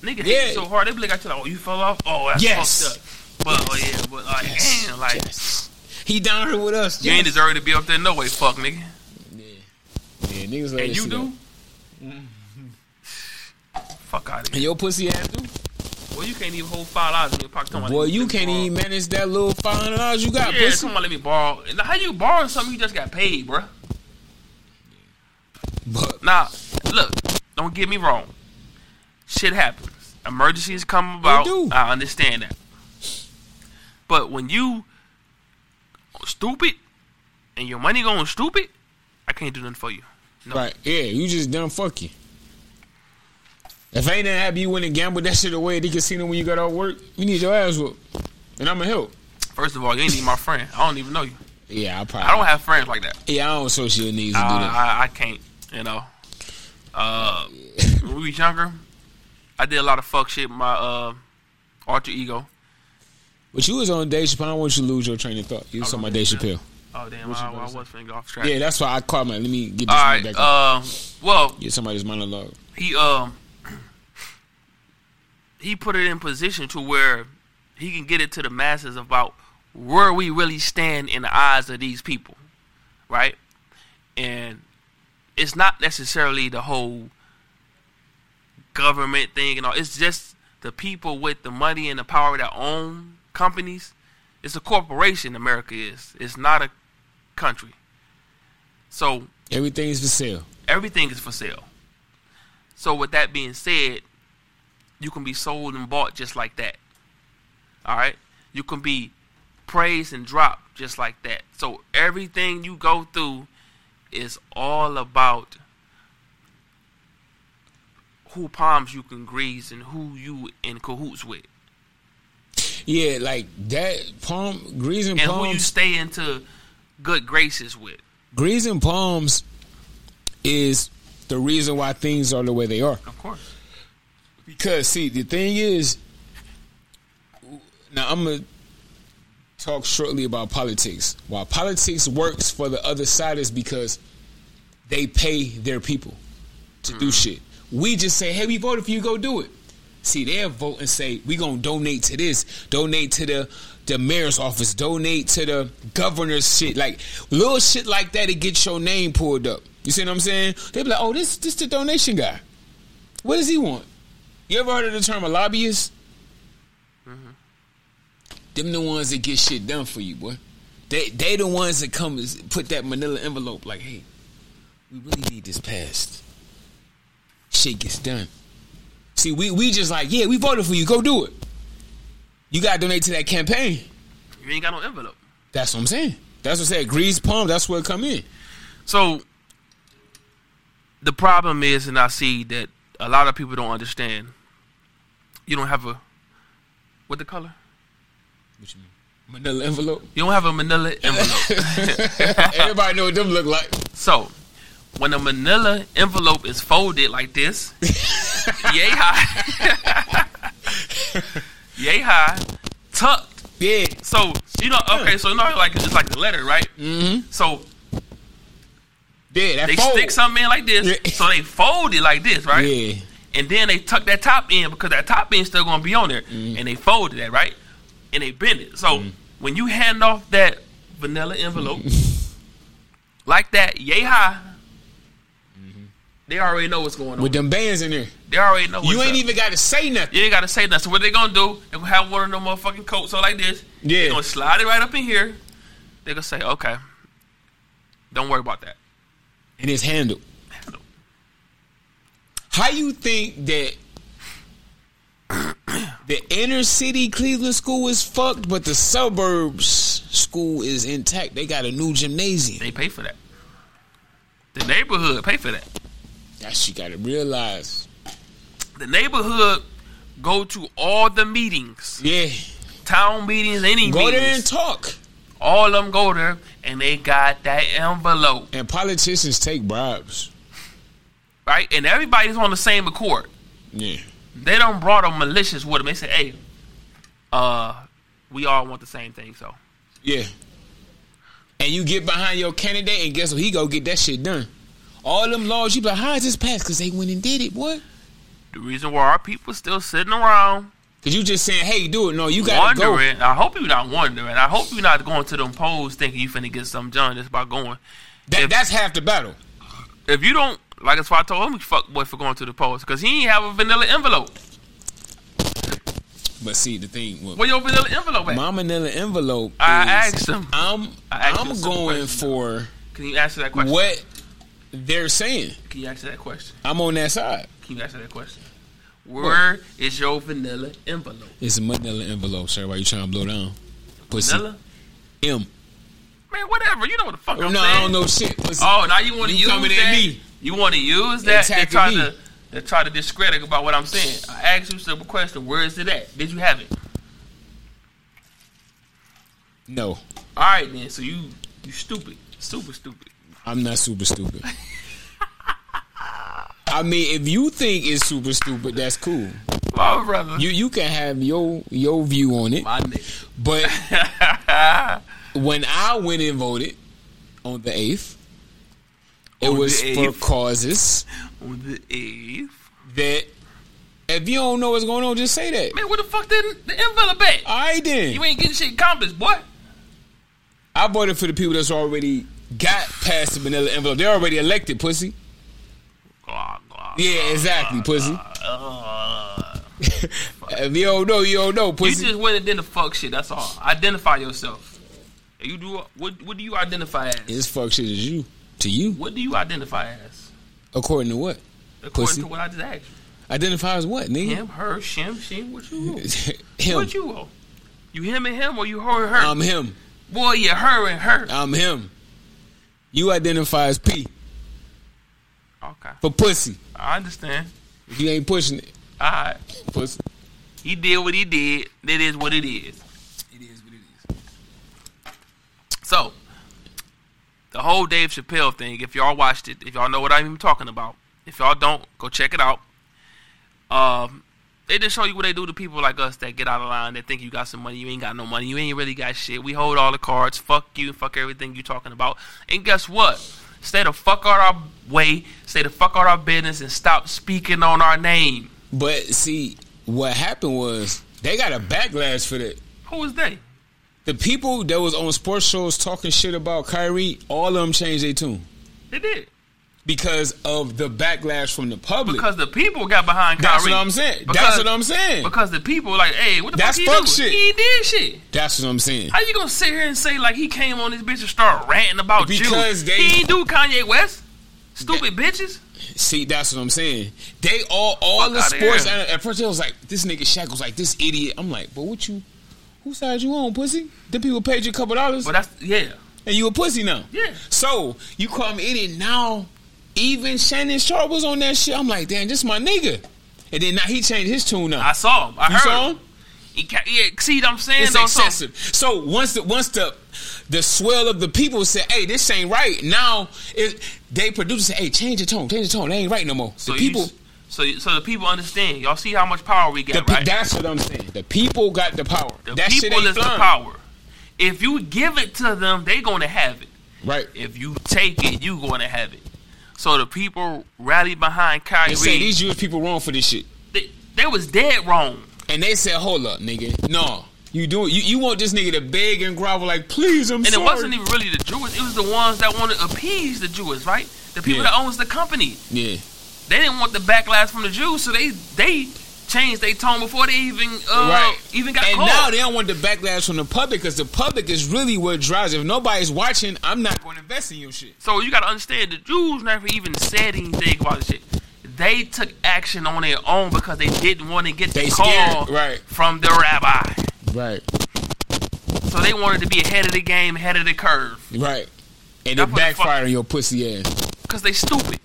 Speaker 2: nigga hit
Speaker 1: Yeah.
Speaker 2: you so hard they be like at you like, oh, you fell off. Oh, that's
Speaker 1: Yes.
Speaker 2: fucked up. But oh yeah, but like,
Speaker 1: Yes.
Speaker 2: damn, like
Speaker 1: Yes. He down here with us.
Speaker 2: you ain't
Speaker 1: yes.
Speaker 2: deserve to be up there no way, fuck nigga.
Speaker 1: yeah, niggas. let
Speaker 2: and
Speaker 1: us
Speaker 2: you
Speaker 1: see
Speaker 2: do.
Speaker 1: that.
Speaker 2: (laughs) Fuck out of
Speaker 1: and
Speaker 2: here.
Speaker 1: your pussy ass do.
Speaker 2: Boy, you can't even hold five dollars in your pocket. Come on,
Speaker 1: Boy,
Speaker 2: let me
Speaker 1: you
Speaker 2: let me
Speaker 1: can't
Speaker 2: borrow.
Speaker 1: even manage that little five hundred dollars you got,
Speaker 2: Yeah,
Speaker 1: pussy.
Speaker 2: come on, let me borrow. Now, How you borrow something you just got paid, bruh?
Speaker 1: But
Speaker 2: Now, look, don't get me wrong. Shit happens. Emergencies come about.
Speaker 1: do.
Speaker 2: I understand that. But when you stupid and your money going stupid, I can't do nothing for you. No.
Speaker 1: right, yeah, you just done fucking. If ain't that happy, you went and gambled that shit away at the casino when you got off work. You need your ass whooped, and I'ma help.
Speaker 2: First of all, you ain't even my friend. I don't even know you.
Speaker 1: Yeah, I probably.
Speaker 2: I don't have friends like that.
Speaker 1: yeah, I don't associate needs to
Speaker 2: Uh,
Speaker 1: do that.
Speaker 2: I, I can't, you know. Uh, when we was younger, I did a lot of fuck shit. My uh, alter ego.
Speaker 1: But you was on Dave Chappelle. I don't want you to lose your train of thought. You was
Speaker 2: I
Speaker 1: talking
Speaker 2: don't
Speaker 1: about Dave
Speaker 2: think
Speaker 1: Chappelle.
Speaker 2: Oh damn, I, I was finna go off track.
Speaker 1: Yeah, that's why I called my. Let me get this
Speaker 2: All
Speaker 1: one
Speaker 2: right.
Speaker 1: back. up.
Speaker 2: Uh, well,
Speaker 1: Get somebody's monologue.
Speaker 2: he um (clears throat) he put it in position to where he can get it to the masses about where we really stand in the eyes of these people, right? And it's not necessarily the whole government thing and all. It's just the people with the money and the power that own companies. It's a corporation. America is. It's not a country. So
Speaker 1: Everything's for sale.
Speaker 2: everything is for sale. So with that being said, you can be sold and bought just like that. All right? You can be praised and dropped just like that. So everything you go through is all about who palms you can grease and who you in cahoots with.
Speaker 1: Yeah, like that palm grease and,
Speaker 2: And
Speaker 1: palms.
Speaker 2: who you stay into good graces with.
Speaker 1: Grease and palms is the reason why things are the way they are.
Speaker 2: Of course.
Speaker 1: Because see, the thing is, now I'm gonna talk shortly about politics. Why politics works for the other side is because they pay their people to do shit. We just say, "Hey, we voted for you. Go do it." See, they'll vote and say, "We gonna donate to this, donate to the the mayor's office, donate to the governor's shit." Like little shit like that, it gets your name pulled up. You see what I'm saying? They be like, "Oh, this this the donation guy.
Speaker 2: Mm-hmm.
Speaker 1: What does he want?" You ever heard of the term a lobbyist? Them the ones that get shit done for you, boy. They they the ones that come is- put that manila envelope like, hey, we really need this passed. Shit gets done. See, we we just like, yeah, we voted for you. Go do it. You gotta donate to that campaign.
Speaker 2: You ain't got no envelope.
Speaker 1: That's what I'm saying. That's what I said. Grease palm. That's where it come in.
Speaker 2: So the problem is, and I see that a lot of people don't understand. You don't have a what the color?
Speaker 1: What you mean? Manila envelope. (laughs)
Speaker 2: You don't have a Manila envelope.
Speaker 1: Everybody know what them look like.
Speaker 2: so when a Manila envelope is folded
Speaker 1: (laughs)
Speaker 2: like this, yay high, yay high, tucked.
Speaker 1: Yeah.
Speaker 2: So you know, okay. So you know, like it's like the letter, right? Mm-hmm. So
Speaker 1: Yeah, that
Speaker 2: they
Speaker 1: fold.
Speaker 2: stick something in like this.
Speaker 1: Yeah.
Speaker 2: So they fold it like this, right?
Speaker 1: Yeah.
Speaker 2: and then they tuck that top end because that top end still gonna be on there,
Speaker 1: Mm-hmm.
Speaker 2: and they folded that right, and they bend it. So when you hand off that vanilla
Speaker 1: (laughs)
Speaker 2: envelope like that, yay high,
Speaker 1: Mm-hmm.
Speaker 2: they already know what's going on.
Speaker 1: With them bands in there.
Speaker 2: they already know. What's
Speaker 1: You ain't
Speaker 2: up.
Speaker 1: even gotta say nothing.
Speaker 2: You ain't gotta say nothing. So what they gonna do? They gonna have one of them motherfucking coats on like this.
Speaker 1: Yeah.
Speaker 2: They gonna slide it right up in here. They gonna say, okay, don't worry about that.
Speaker 1: And it's handled. How you think that the inner city Cleveland school is fucked, but the suburbs school is intact? They got a new gymnasium.
Speaker 2: They pay for that. The neighborhood pay for that.
Speaker 1: That you gotta realize.
Speaker 2: the neighborhood go to all the meetings,
Speaker 1: Yeah.
Speaker 2: town meetings, any
Speaker 1: Go there and
Speaker 2: meetings.
Speaker 1: talk.
Speaker 2: all of them go there, and they got that envelope,
Speaker 1: And politicians take bribes.
Speaker 2: right? And everybody's on the same accord.
Speaker 1: Yeah.
Speaker 2: They don't brought them malicious with them. They say, "Hey, uh, we all want the same thing." So
Speaker 1: Yeah. And you get behind your candidate, and guess what? He go get that shit done. All them laws you be like, how is this passed? Because they went and did it, boy.
Speaker 2: the reason why our people still sitting around
Speaker 1: Because you just saying, hey, do it. No, you got to go.
Speaker 2: wondering, I hope you're not wondering. I hope you're not going to them polls thinking you finna get something done just by going.
Speaker 1: That,
Speaker 2: If-
Speaker 1: that's half the battle.
Speaker 2: If you don't, like that's why I told him, fuck boy, for going to the polls because he ain't have a vanilla envelope.
Speaker 1: But see, the thing, well,
Speaker 2: Where your vanilla envelope at?
Speaker 1: my manila envelope
Speaker 2: I
Speaker 1: is,
Speaker 2: asked him.
Speaker 1: I'm,
Speaker 2: I asked you a
Speaker 1: I'm
Speaker 2: simple
Speaker 1: going
Speaker 2: question,
Speaker 1: for
Speaker 2: Can you answer that question?
Speaker 1: what they're saying.
Speaker 2: Can you answer that question?
Speaker 1: I'm on that side.
Speaker 2: Can you answer that question? Where is your vanilla envelope?
Speaker 1: It's a manila envelope, sir. Why you trying to blow down? Pussy.
Speaker 2: Vanilla?
Speaker 1: M.
Speaker 2: Man, whatever. You know what the fuck
Speaker 1: No,
Speaker 2: I'm saying.
Speaker 1: I don't know shit. Pussy.
Speaker 2: Oh, now you want to
Speaker 1: You
Speaker 2: use
Speaker 1: coming at
Speaker 2: that?
Speaker 1: me.
Speaker 2: You want to use that? They
Speaker 1: Attacking
Speaker 2: try
Speaker 1: me.
Speaker 2: to they try to discredit about what I'm saying. I asked you a simple question. Where is it at? Did you have it?
Speaker 1: No,
Speaker 2: All right, then. So you you stupid, super stupid.
Speaker 1: I'm not super stupid. I mean, if you think it's super stupid, that's cool.
Speaker 2: My brother.
Speaker 1: You you can have your your view on it,
Speaker 2: my nigga.
Speaker 1: but
Speaker 2: (laughs)
Speaker 1: when I went and voted on the eighth, it
Speaker 2: On the
Speaker 1: was for
Speaker 2: 8th.
Speaker 1: causes
Speaker 2: On the eighth.
Speaker 1: that if you don't know what's going on, just say that.
Speaker 2: Man, where the fuck did the envelope at?
Speaker 1: I
Speaker 2: You
Speaker 1: didn't.
Speaker 2: ain't getting shit accomplished, boy.
Speaker 1: I voted for the people that's already got past the vanilla envelope. They're already elected, pussy.
Speaker 2: Glog, glog,
Speaker 1: Yeah, exactly,
Speaker 2: (laughs)
Speaker 1: pussy.
Speaker 2: Uh,
Speaker 1: If you don't know, you don't know,
Speaker 2: you
Speaker 1: pussy.
Speaker 2: just went and did the fuck shit. That's all. Identify yourself. You do what? What do you identify as?
Speaker 1: This fuck shit is you to you.
Speaker 2: What do you identify as?
Speaker 1: According to what?
Speaker 2: According
Speaker 1: Pussy.
Speaker 2: to what I just asked
Speaker 1: Identify as what,
Speaker 2: you.
Speaker 1: nigga?
Speaker 2: Him, her, shim, shim. What you? want?
Speaker 1: (laughs) Him. Um,
Speaker 2: What you? want? You him and him, or you her and her?
Speaker 1: I'm him.
Speaker 2: Boy, you her and her.
Speaker 1: I'm him. You identify as P
Speaker 2: okay,
Speaker 1: for pussy.
Speaker 2: I understand.
Speaker 1: If you ain't pushing it,
Speaker 2: All right,
Speaker 1: pussy.
Speaker 2: he did what he did. That is what it is.
Speaker 1: It is what it is.
Speaker 2: So, the whole Dave Chappelle thing, if y'all watched it, if y'all know what I'm even talking about, if y'all don't, go check it out. Um, they just show you what they do to people like us that get out of line, that think you got some money, you ain't got no money, you ain't really got shit. We hold all the cards, fuck you, fuck everything you talking about. And guess what? Stay the fuck out our way, stay the fuck out our business, and stop speaking on our name.
Speaker 1: But see, what happened was they got a backlash for that.
Speaker 2: Who is they?
Speaker 1: The people that was on sports shows talking shit about Kyrie, all of them changed their tune.
Speaker 2: They did.
Speaker 1: because of the backlash from the public.
Speaker 2: Because the people got behind Kyrie.
Speaker 1: That's what I'm saying. That's what I'm saying.
Speaker 2: Because the people like, hey, what the
Speaker 1: That's
Speaker 2: fuck he
Speaker 1: fuck
Speaker 2: do?
Speaker 1: shit.
Speaker 2: He did shit.
Speaker 1: That's what I'm saying.
Speaker 2: How you gonna sit here and say like he came on this bitch and start ranting about
Speaker 1: Because
Speaker 2: Jews?
Speaker 1: they-
Speaker 2: he ain't do Kanye West. Stupid bitches.
Speaker 1: See, that's what I'm saying. They all, all
Speaker 2: Fuck
Speaker 1: the
Speaker 2: outta
Speaker 1: sports.
Speaker 2: here.
Speaker 1: And at first, it was like this nigga Shaq was like this idiot. I'm like, but what you? Whose side you on, pussy? Them people paid you a couple dollars,
Speaker 2: But that's yeah.
Speaker 1: and you a pussy now.
Speaker 2: Yeah.
Speaker 1: So you call me idiot now. Even Shannon Sharp was on that shit. I'm like, damn, this my nigga. And then now he changed his tune up.
Speaker 2: I saw him. I
Speaker 1: you
Speaker 2: heard
Speaker 1: saw
Speaker 2: him.
Speaker 1: him?
Speaker 2: He ca- yeah, see what I'm saying?
Speaker 1: It's
Speaker 2: though, so-
Speaker 1: excessive. So once the once the the swell of the people said, "Hey, this ain't right." Now it, they producers say, "Hey, change the tone, change the tone. They ain't right no more." The
Speaker 2: So, you
Speaker 1: people.
Speaker 2: s- so you- so the people understand. Y'all see how much power we got,
Speaker 1: The pe-
Speaker 2: right?
Speaker 1: That's what I'm saying. The people got the power.
Speaker 2: the
Speaker 1: that shit
Speaker 2: people
Speaker 1: ain't
Speaker 2: is the
Speaker 1: flying.
Speaker 2: power. If you give it to them, they gonna have it.
Speaker 1: Right.
Speaker 2: If you take it, you gonna have it. So the people rallied behind Kyrie.
Speaker 1: They say these Jewish people wrong for this shit.
Speaker 2: they, they was dead wrong.
Speaker 1: And they said, hold up, nigga. No. You do you, you want this nigga to beg and grovel like, please, I'm
Speaker 2: And
Speaker 1: sorry.
Speaker 2: it wasn't even really the Jews. It was the ones that wanted to appease the Jews, right? The people
Speaker 1: Yeah.
Speaker 2: that owns the company.
Speaker 1: Yeah.
Speaker 2: They didn't want the backlash from the Jews, so they they changed their tone before they even uh,
Speaker 1: Right.
Speaker 2: even got
Speaker 1: and
Speaker 2: called.
Speaker 1: now they don't want the backlash from the public because the public is really what drives. it. If nobody's watching, I'm not going to invest in your shit.
Speaker 2: So you gotta understand the Jews never even said anything about this shit. They took action on their own because they didn't want to get
Speaker 1: They
Speaker 2: the call
Speaker 1: scared, right.
Speaker 2: from the rabbi.
Speaker 1: Right.
Speaker 2: So they wanted to be ahead of the game, ahead of the curve,
Speaker 1: Right. And it
Speaker 2: That's what the fuck-
Speaker 1: backfired on your pussy ass.
Speaker 2: because they stupid.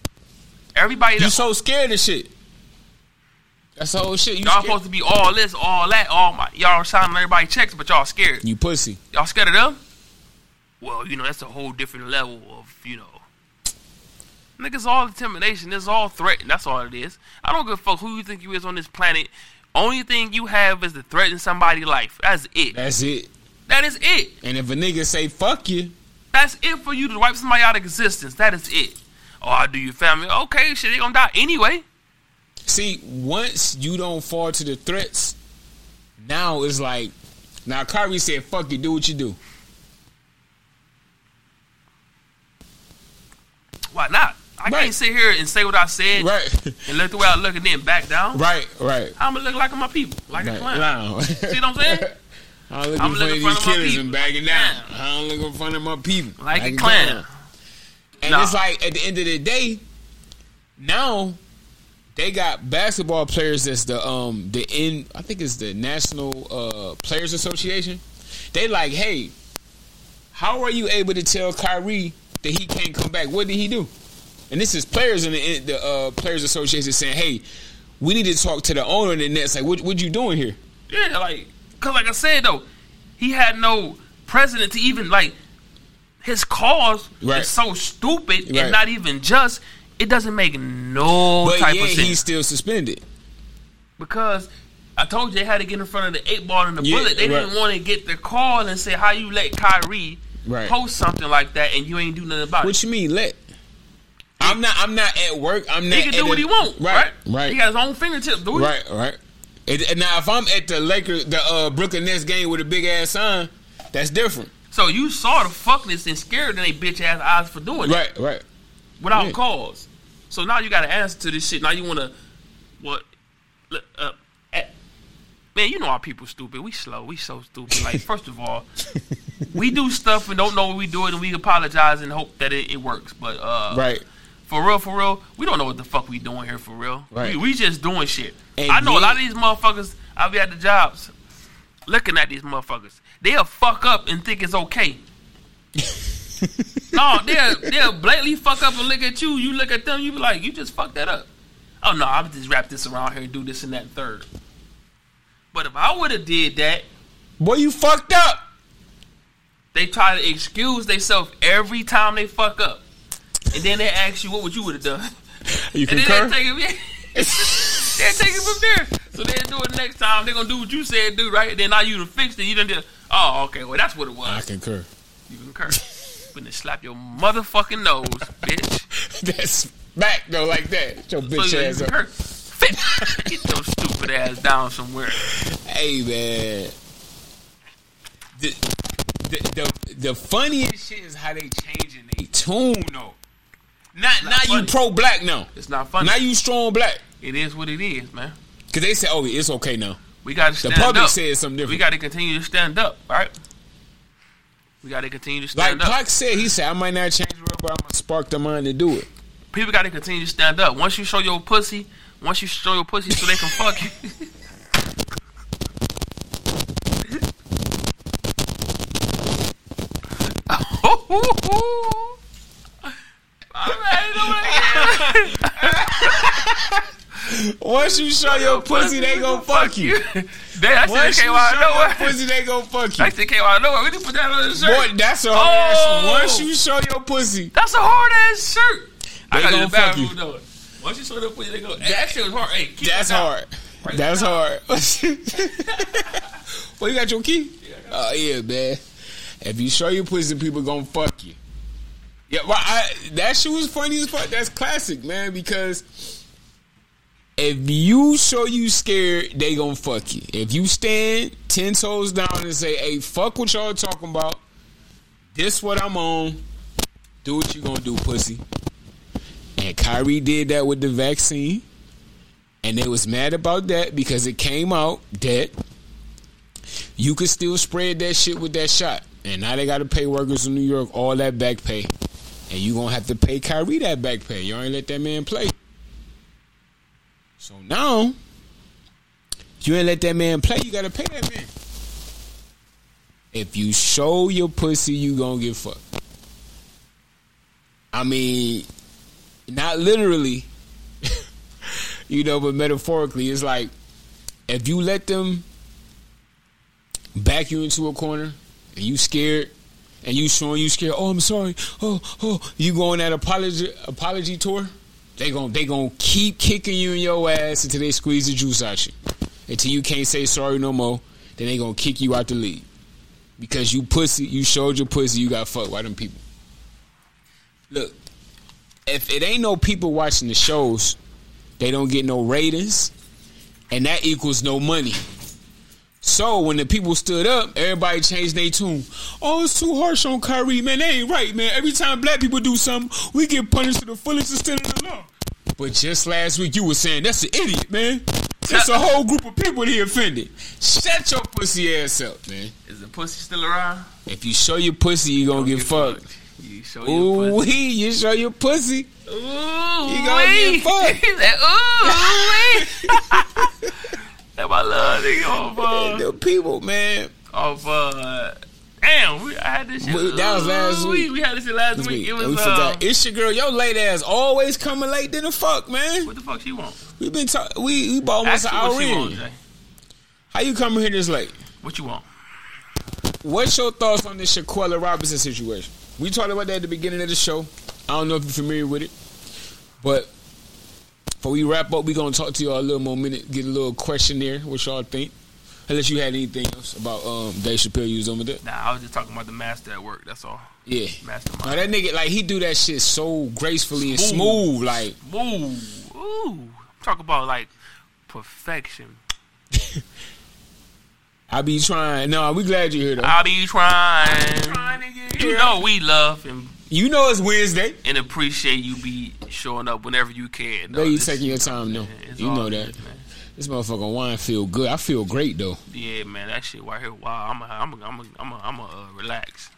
Speaker 2: Everybody,
Speaker 1: You
Speaker 2: that,
Speaker 1: so scared of shit. That's the whole shit. You
Speaker 2: y'all
Speaker 1: scared.
Speaker 2: supposed to be all this, all that, all my. Y'all signing everybody checks, but y'all scared.
Speaker 1: you pussy.
Speaker 2: Y'all scared of them? Well, you know that's a whole different level of you know. Niggas all intimidation. It's all threat. That's all it is. I don't give a fuck who you think you is on this planet. Only thing you have is to threaten somebody's life. That's it.
Speaker 1: That's it.
Speaker 2: That is it.
Speaker 1: And if a nigga say fuck you,
Speaker 2: That's it for you to wipe somebody out of existence. That is it. Oh, I do your family. Okay, shit, they gonna die anyway.
Speaker 1: See, once you don't fall to the threats, now it's like, now Kyrie said, "Fuck you, do what you do."
Speaker 2: Why not? I
Speaker 1: Right.
Speaker 2: can't sit here and say what I said
Speaker 1: Right,
Speaker 2: and look the way I look and then back down.
Speaker 1: right, right.
Speaker 2: I'ma look like my people, like a
Speaker 1: right.
Speaker 2: clown.
Speaker 1: Wow.
Speaker 2: See what
Speaker 1: (laughs)
Speaker 2: I'm saying?
Speaker 1: I'm looking
Speaker 2: I'm
Speaker 1: for
Speaker 2: looking
Speaker 1: these
Speaker 2: in front of my
Speaker 1: killers
Speaker 2: people.
Speaker 1: and bagging down. I'm looking in front of my people
Speaker 2: Like a clown.
Speaker 1: And
Speaker 2: Nah.
Speaker 1: it's like at the end of the day, now they got basketball players that's the um the in I think it's the National uh Players Association. They like, hey, how are you able to tell Kyrie that he can't come back? What did he do? And this is players in the, in the uh, Players Association saying, hey, we need to talk to the owner of the Nets. Like, what what you doing here?
Speaker 2: Yeah, like, cause like I said though, he had no president to even like his cause
Speaker 1: Right.
Speaker 2: is so stupid
Speaker 1: Right.
Speaker 2: and not even just. It doesn't make no
Speaker 1: But
Speaker 2: type
Speaker 1: yeah,
Speaker 2: of
Speaker 1: he's
Speaker 2: sense
Speaker 1: still suspended.
Speaker 2: because I told you they had to get in front of the eight ball and the
Speaker 1: Yeah,
Speaker 2: bullet. They
Speaker 1: right.
Speaker 2: didn't want to get the call and say how you let Kyrie
Speaker 1: Right.
Speaker 2: post something like that and you ain't do nothing about
Speaker 1: What you mean, let? I'm not. I'm not at work. I'm
Speaker 2: it.
Speaker 1: not.
Speaker 2: He can do
Speaker 1: at
Speaker 2: what
Speaker 1: a-
Speaker 2: he want, right?
Speaker 1: Right.
Speaker 2: He got his own fingertips, dude.
Speaker 1: Right, right. And, and now, if I'm at the Lakers, the uh, Brooklyn Nets game with a big ass sign, that's different.
Speaker 2: So you saw the fuckness and scared in they bitch ass eyes for doing that.
Speaker 1: Right, (laughs) right.
Speaker 2: without
Speaker 1: Yeah.
Speaker 2: cause. So now you got to answer to this shit. Now you want to what? look, Uh, eh, man, you know our people stupid. We slow. We so stupid. Like first of all, we do stuff and don't know what we do it, and we apologize and hope that it, it works. But uh,
Speaker 1: Right.
Speaker 2: for real, for real, we don't know what the fuck we doing here. For real,
Speaker 1: Right.
Speaker 2: we, we just doing shit.
Speaker 1: And
Speaker 2: I know
Speaker 1: yet-
Speaker 2: a lot of these motherfuckers. I be at the jobs, looking at these motherfuckers. They'll fuck up and think
Speaker 1: (laughs)
Speaker 2: it's okay. no, they'll they'll blatantly fuck up and look at you. You look at them. You be like, you just fucked that up. Oh no, I'm just wrap this around here and do this and that and third. But if I would have did that,
Speaker 1: Boy, you fucked up.
Speaker 2: they try to excuse themselves every time they fuck up, and then they ask you what would you would have done.
Speaker 1: You
Speaker 2: And
Speaker 1: concur?
Speaker 2: then they take it. they take it from there. So they do it next time. They're gonna do what you said do, right? Then now you done fixed it. You done did. Oh, okay. Well, that's what it
Speaker 1: (laughs) I
Speaker 2: was.
Speaker 1: concur.
Speaker 2: You can curse. Gonna slap your motherfucking nose, bitch.
Speaker 1: (laughs) That's back though, like that. Get Your bitch
Speaker 2: so you
Speaker 1: ass
Speaker 2: can
Speaker 1: up.
Speaker 2: curse. Fit. Get your stupid ass down somewhere.
Speaker 1: Hey man. The, the, the, the funniest shit is how they changing they tune though. Now,
Speaker 2: not
Speaker 1: now you
Speaker 2: funny.
Speaker 1: pro black now.
Speaker 2: It's not funny.
Speaker 1: Now you strong black.
Speaker 2: it is what it is, man.
Speaker 1: Cause they say, oh, it's okay now.
Speaker 2: We got to
Speaker 1: The
Speaker 2: stand
Speaker 1: public
Speaker 2: up.
Speaker 1: says something
Speaker 2: we
Speaker 1: different.
Speaker 2: got to continue to stand up, right? We got to continue to
Speaker 1: like
Speaker 2: stand up.
Speaker 1: Pac said, he said, I might not change the world, but I'm gonna spark the mind to do it.
Speaker 2: People got to continue to stand up. Once you show your pussy, once you show your pussy, so they can fuck you. (laughs) All right, nobody-
Speaker 1: Once you show (laughs) your pussy, they gonna fuck you.
Speaker 2: Damn, I
Speaker 1: Once
Speaker 2: shit
Speaker 1: you
Speaker 2: came out
Speaker 1: show
Speaker 2: of
Speaker 1: your
Speaker 2: nowhere.
Speaker 1: pussy, they gonna fuck you.
Speaker 2: That shit came out of nowhere. We need to put that on the shirt.
Speaker 1: Boy, that's a
Speaker 2: Oh.
Speaker 1: hard ass. Once you show your pussy,
Speaker 2: That's a hard ass shirt. I
Speaker 1: They
Speaker 2: got to the
Speaker 1: gonna fuck
Speaker 2: bathroom
Speaker 1: you.
Speaker 2: though. Once you show it up, they go. Hey, that shit was hard. Hey, keep
Speaker 1: that's
Speaker 2: that down.
Speaker 1: hard. That's hard. well, you got your key? Oh yeah, man. If you show your pussy, people gonna fuck you. Yeah, well, I, that shit was funny as fuck. That's classic, man. Because if you show you scared, they gonna fuck you. If you stand ten toes down and say, "Hey, fuck what y'all talking about. This what I'm on. Do what you gonna do, pussy." And Kyrie did that with the vaccine. And they was mad about that because it came out that you could still spread that shit with that shot. And now they gotta pay workers in New York all that back pay. And you gonna have to pay Kyrie that back pay. You ain't let that man play. So now you ain't let that man play, you gotta pay that man. If you show your pussy, you gonna get fucked. I mean, not literally, you know, but metaphorically, it's like if you let them back you into a corner and you scared and you showing you scared, oh I'm sorry, oh oh, you going that apology apology tour? They gon' they gonna keep kicking you in your ass until they squeeze the juice out you, until you can't say sorry no more. Then they gonna kick you out the league because you pussy, you showed your pussy, you got fucked by them people. Look, if it ain't no people watching the shows, they don't get no ratings, and that equals no money. So when the people stood up, everybody changed their tune. Oh, it's too harsh on Kyrie, man. That ain't right, man. Every time black people do something, we get punished to the fullest extent of the law. But just last week, you were saying that's an idiot, man. That's a whole group of people he offended. Shut your pussy ass up, man.
Speaker 2: Is the pussy still around?
Speaker 1: If you show your pussy, you gonna get fucked.
Speaker 2: You show your
Speaker 1: Ooh,
Speaker 2: pussy.
Speaker 1: you show your pussy.
Speaker 2: Ooh,
Speaker 1: You gonna get fucked.
Speaker 2: (laughs) He said, ooh, ooh, That my little nigga off, uh,
Speaker 1: (laughs) The people, man.
Speaker 2: off, uh, damn, we, I had this shit.
Speaker 1: Well, that was last
Speaker 2: ooh,
Speaker 1: week.
Speaker 2: We had this shit last
Speaker 1: This
Speaker 2: week.
Speaker 1: week,
Speaker 2: It
Speaker 1: we
Speaker 2: was, uh,
Speaker 1: forgot. It's your girl. Your late ass always coming late than the fuck, man.
Speaker 2: what the fuck she want?
Speaker 1: We've been talking. We we bought almost
Speaker 2: Ask
Speaker 1: an
Speaker 2: her
Speaker 1: hour
Speaker 2: what she want,
Speaker 1: in.
Speaker 2: Jay.
Speaker 1: How you coming here this late?
Speaker 2: What you want?
Speaker 1: What's your thoughts on this Shaquella Robinson situation? We talked about that at the beginning of the show. I don't know if you're familiar with it, but before we wrap up, we gonna talk to y'all a little more minute, get a little questionnaire. What y'all think? Unless you had anything else about um, Dave Chappelle, you was on with that.
Speaker 2: Nah, I was just talking about the master at work. That's all.
Speaker 1: Yeah.
Speaker 2: Mastermind.
Speaker 1: Now that nigga, like he do that shit so gracefully and
Speaker 2: Smooth.
Speaker 1: smooth, like
Speaker 2: Ooh, ooh. Talk about like perfection.
Speaker 1: I be trying. No, we glad you're here though.
Speaker 2: I'll be trying. You know we love and,
Speaker 1: You know it's Wednesday.
Speaker 2: and appreciate you be showing up whenever you can.
Speaker 1: Know
Speaker 2: though.
Speaker 1: you
Speaker 2: This-
Speaker 1: taking your time though.
Speaker 2: it's
Speaker 1: You
Speaker 2: all
Speaker 1: know
Speaker 2: good,
Speaker 1: that.
Speaker 2: man.
Speaker 1: This motherfucker wine feel good. I feel great though. (laughs)
Speaker 2: Yeah, man, that shit right here. Wow, I'm a, I'm a, I'm a, I'm a, I'm a uh, relax.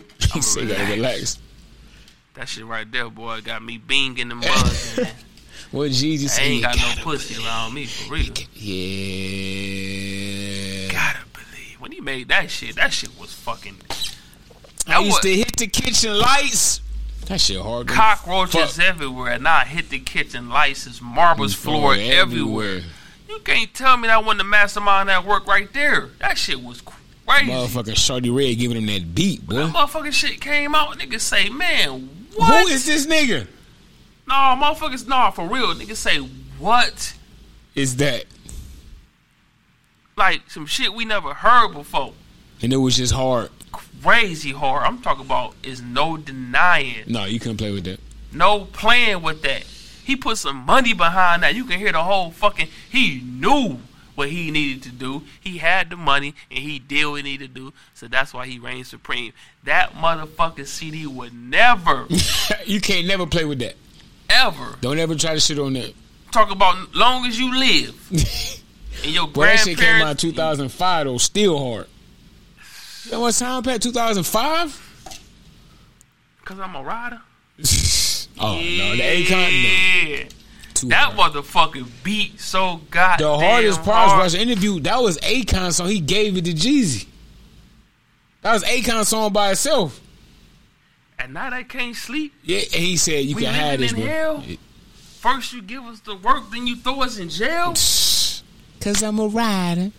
Speaker 2: Oh,
Speaker 1: He said, "Gotta relax."
Speaker 2: That shit right there, boy, got me being in the
Speaker 1: (laughs)
Speaker 2: mud. man.
Speaker 1: What Jeezy
Speaker 2: I
Speaker 1: said?
Speaker 2: ain't got
Speaker 1: "Gotta
Speaker 2: no pussy around me for real.
Speaker 1: be- Yeah.
Speaker 2: Gotta believe when he made that shit. That shit was fucking
Speaker 1: I
Speaker 2: was-
Speaker 1: used to hit the kitchen lights. That shit hard. though.
Speaker 2: cockroaches
Speaker 1: Fuck.
Speaker 2: everywhere. Now I hit the kitchen license, marbles floor everywhere. You can't tell me that wasn't the mastermind at work right there. That shit was crazy.
Speaker 1: Motherfucking Shorty Red giving him that beat, boy.
Speaker 2: That motherfucking shit came out. Niggas say, man, what?
Speaker 1: Who is this nigga?
Speaker 2: Nah, motherfuckers, nah, for real. Niggas say, what?
Speaker 1: Is that?
Speaker 2: Like some shit we never heard before.
Speaker 1: And it was just hard.
Speaker 2: Crazy hard. I'm talking about is no denying,
Speaker 1: No, you couldn't play with that. (laughs)
Speaker 2: no playing with that. He put some money behind that. You can hear the whole fucking. He knew what he needed to do. He had the money and he did what he needed to do. So that's why he reigns supreme. That motherfucking CD would never,
Speaker 1: you can't never play with that.
Speaker 2: ever
Speaker 1: Don't ever try to shit on that.
Speaker 2: talk about long as you
Speaker 1: (laughs)
Speaker 2: live. And your
Speaker 1: But that shit came out in
Speaker 2: grandparents.
Speaker 1: 2005 though, still hard. You know what time, Pat? 2005?
Speaker 2: Because I'm a rider.
Speaker 1: (laughs) oh, no. The Akon,
Speaker 2: Yeah.
Speaker 1: no. Too
Speaker 2: That
Speaker 1: hard.
Speaker 2: motherfucking beat so
Speaker 1: The
Speaker 2: goddamn
Speaker 1: hardest part
Speaker 2: hard.
Speaker 1: was the interview. That was Akon song. He gave it to Jeezy. That was Akon song by itself.
Speaker 2: And now they can't sleep.
Speaker 1: Yeah, and he said you
Speaker 2: We
Speaker 1: can have this,
Speaker 2: living in
Speaker 1: bro.
Speaker 2: hell. First you give us the work, then you throw us in jail.
Speaker 1: (laughs) Cause I'm a rider.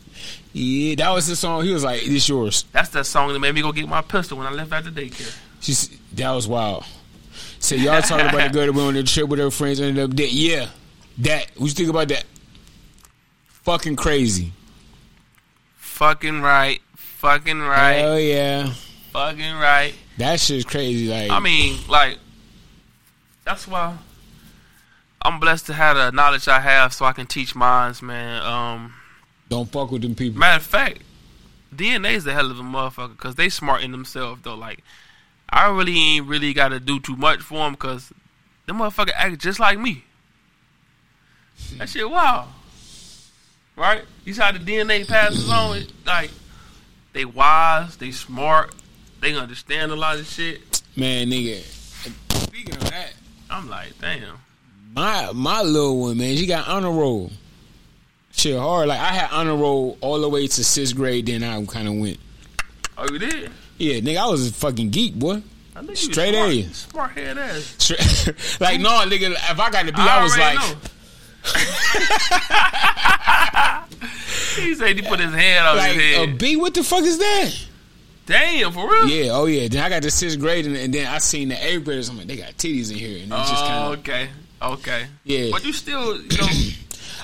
Speaker 1: Yeah, that was the song. He was like, "This yours."
Speaker 2: That's that song that made me go get my pistol when I left after daycare.
Speaker 1: She s- that was wild. Said y'all talking about the girl that went on the trip with her friends and ended up dead. Yeah, that. What you think about that? Fucking crazy.
Speaker 2: Fucking right. Fucking right.
Speaker 1: Hell yeah,
Speaker 2: fucking right.
Speaker 1: that shit's crazy. Like,
Speaker 2: I mean, like, that's why I'm blessed to have the knowledge I have so I can teach minds, man. Um,
Speaker 1: don't fuck with them people.
Speaker 2: Matter of fact, DNA's the hell of a motherfucker because they smart in themselves though. Like, I really ain't really got to do too much for them because them motherfucker act just like me. That shit wow, right? You see how the DNA passes on? It, like, they wise, they smart, they understand a lot of shit.
Speaker 1: Man, nigga. Speaking of that,
Speaker 2: I'm like, damn.
Speaker 1: my my little one, man, she got honor roll. Shit hard. Like I had honor roll all the way to sixth grade. Then I kind of went.
Speaker 2: Oh, you did?
Speaker 1: Yeah, nigga, I was a fucking geek, boy. (laughs)
Speaker 2: I knew you was
Speaker 1: Straight
Speaker 2: smart.
Speaker 1: A's.
Speaker 2: Smart head ass.
Speaker 1: Straight- like no, nigga. If I got to be, I, was like,
Speaker 2: already know. (laughs) he said he put his hand on
Speaker 1: like
Speaker 2: his head.
Speaker 1: a B. What the fuck is that?
Speaker 2: Damn, for real?
Speaker 1: Yeah, oh yeah. Then I got to sixth grade, and, and then I seen the eighth graders. I'm like, they got titties in here, and it's just
Speaker 2: Oh,
Speaker 1: kind of.
Speaker 2: okay, okay.
Speaker 1: Yeah.
Speaker 2: but you still, you know,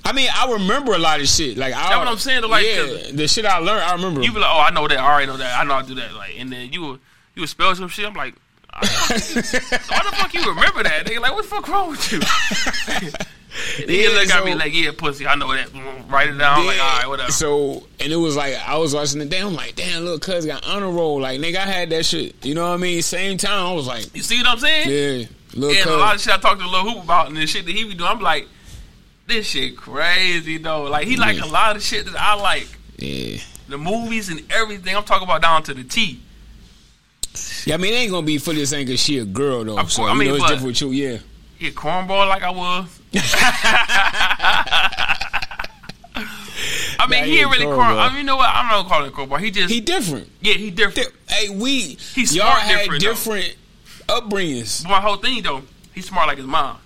Speaker 1: I mean, I remember a lot of shit. Like I,
Speaker 2: That's what I'm saying, though, like,
Speaker 1: yeah,
Speaker 2: 'cause-
Speaker 1: the shit I learned, I remember.
Speaker 2: you be like, oh, I know that, I already know that, I know I do that, like, and then you will, you will spell some shit. I'm like, I
Speaker 1: (laughs)
Speaker 2: don't- why the fuck you remember that? They like, what the fuck wrong with you? He
Speaker 1: Yeah,
Speaker 2: look at me
Speaker 1: so-
Speaker 2: like, yeah, pussy, I know that. Mm, Write it down. I'm like,
Speaker 1: Yeah.
Speaker 2: all right, whatever.
Speaker 1: So and it was like I was watching the damn. I'm like, damn, little cuz got honor roll. Like nigga, I had that shit. You know what I mean? Same time, I was like,
Speaker 2: you see what I'm saying?
Speaker 1: yeah, little
Speaker 2: and a lot of
Speaker 1: cuz.
Speaker 2: shit I talked to Lil Hoop about and the shit that he be doing, I'm like, this shit crazy though. Like he like
Speaker 1: Yeah.
Speaker 2: a lot of shit that I like.
Speaker 1: Yeah.
Speaker 2: The movies and everything. I'm talking about down to the T.
Speaker 1: yeah, I mean, it ain't gonna be fully the same because she a girl though.
Speaker 2: Of
Speaker 1: So
Speaker 2: course, I
Speaker 1: you
Speaker 2: mean,
Speaker 1: know it's
Speaker 2: but-
Speaker 1: different with you. Yeah,
Speaker 2: Yeah, cornball like I was. (laughs) I mean,
Speaker 1: Nah,
Speaker 2: he
Speaker 1: he
Speaker 2: ain't really
Speaker 1: ain't
Speaker 2: corn.
Speaker 1: cornball.
Speaker 2: I mean, you know what? I'm not calling him cornball. He just
Speaker 1: he different.
Speaker 2: yeah, he different.
Speaker 1: Di- Hey, we
Speaker 2: He's
Speaker 1: y'all
Speaker 2: smart
Speaker 1: had
Speaker 2: different, though.
Speaker 1: different upbringings.
Speaker 2: But my whole thing though, he's smart like his mom.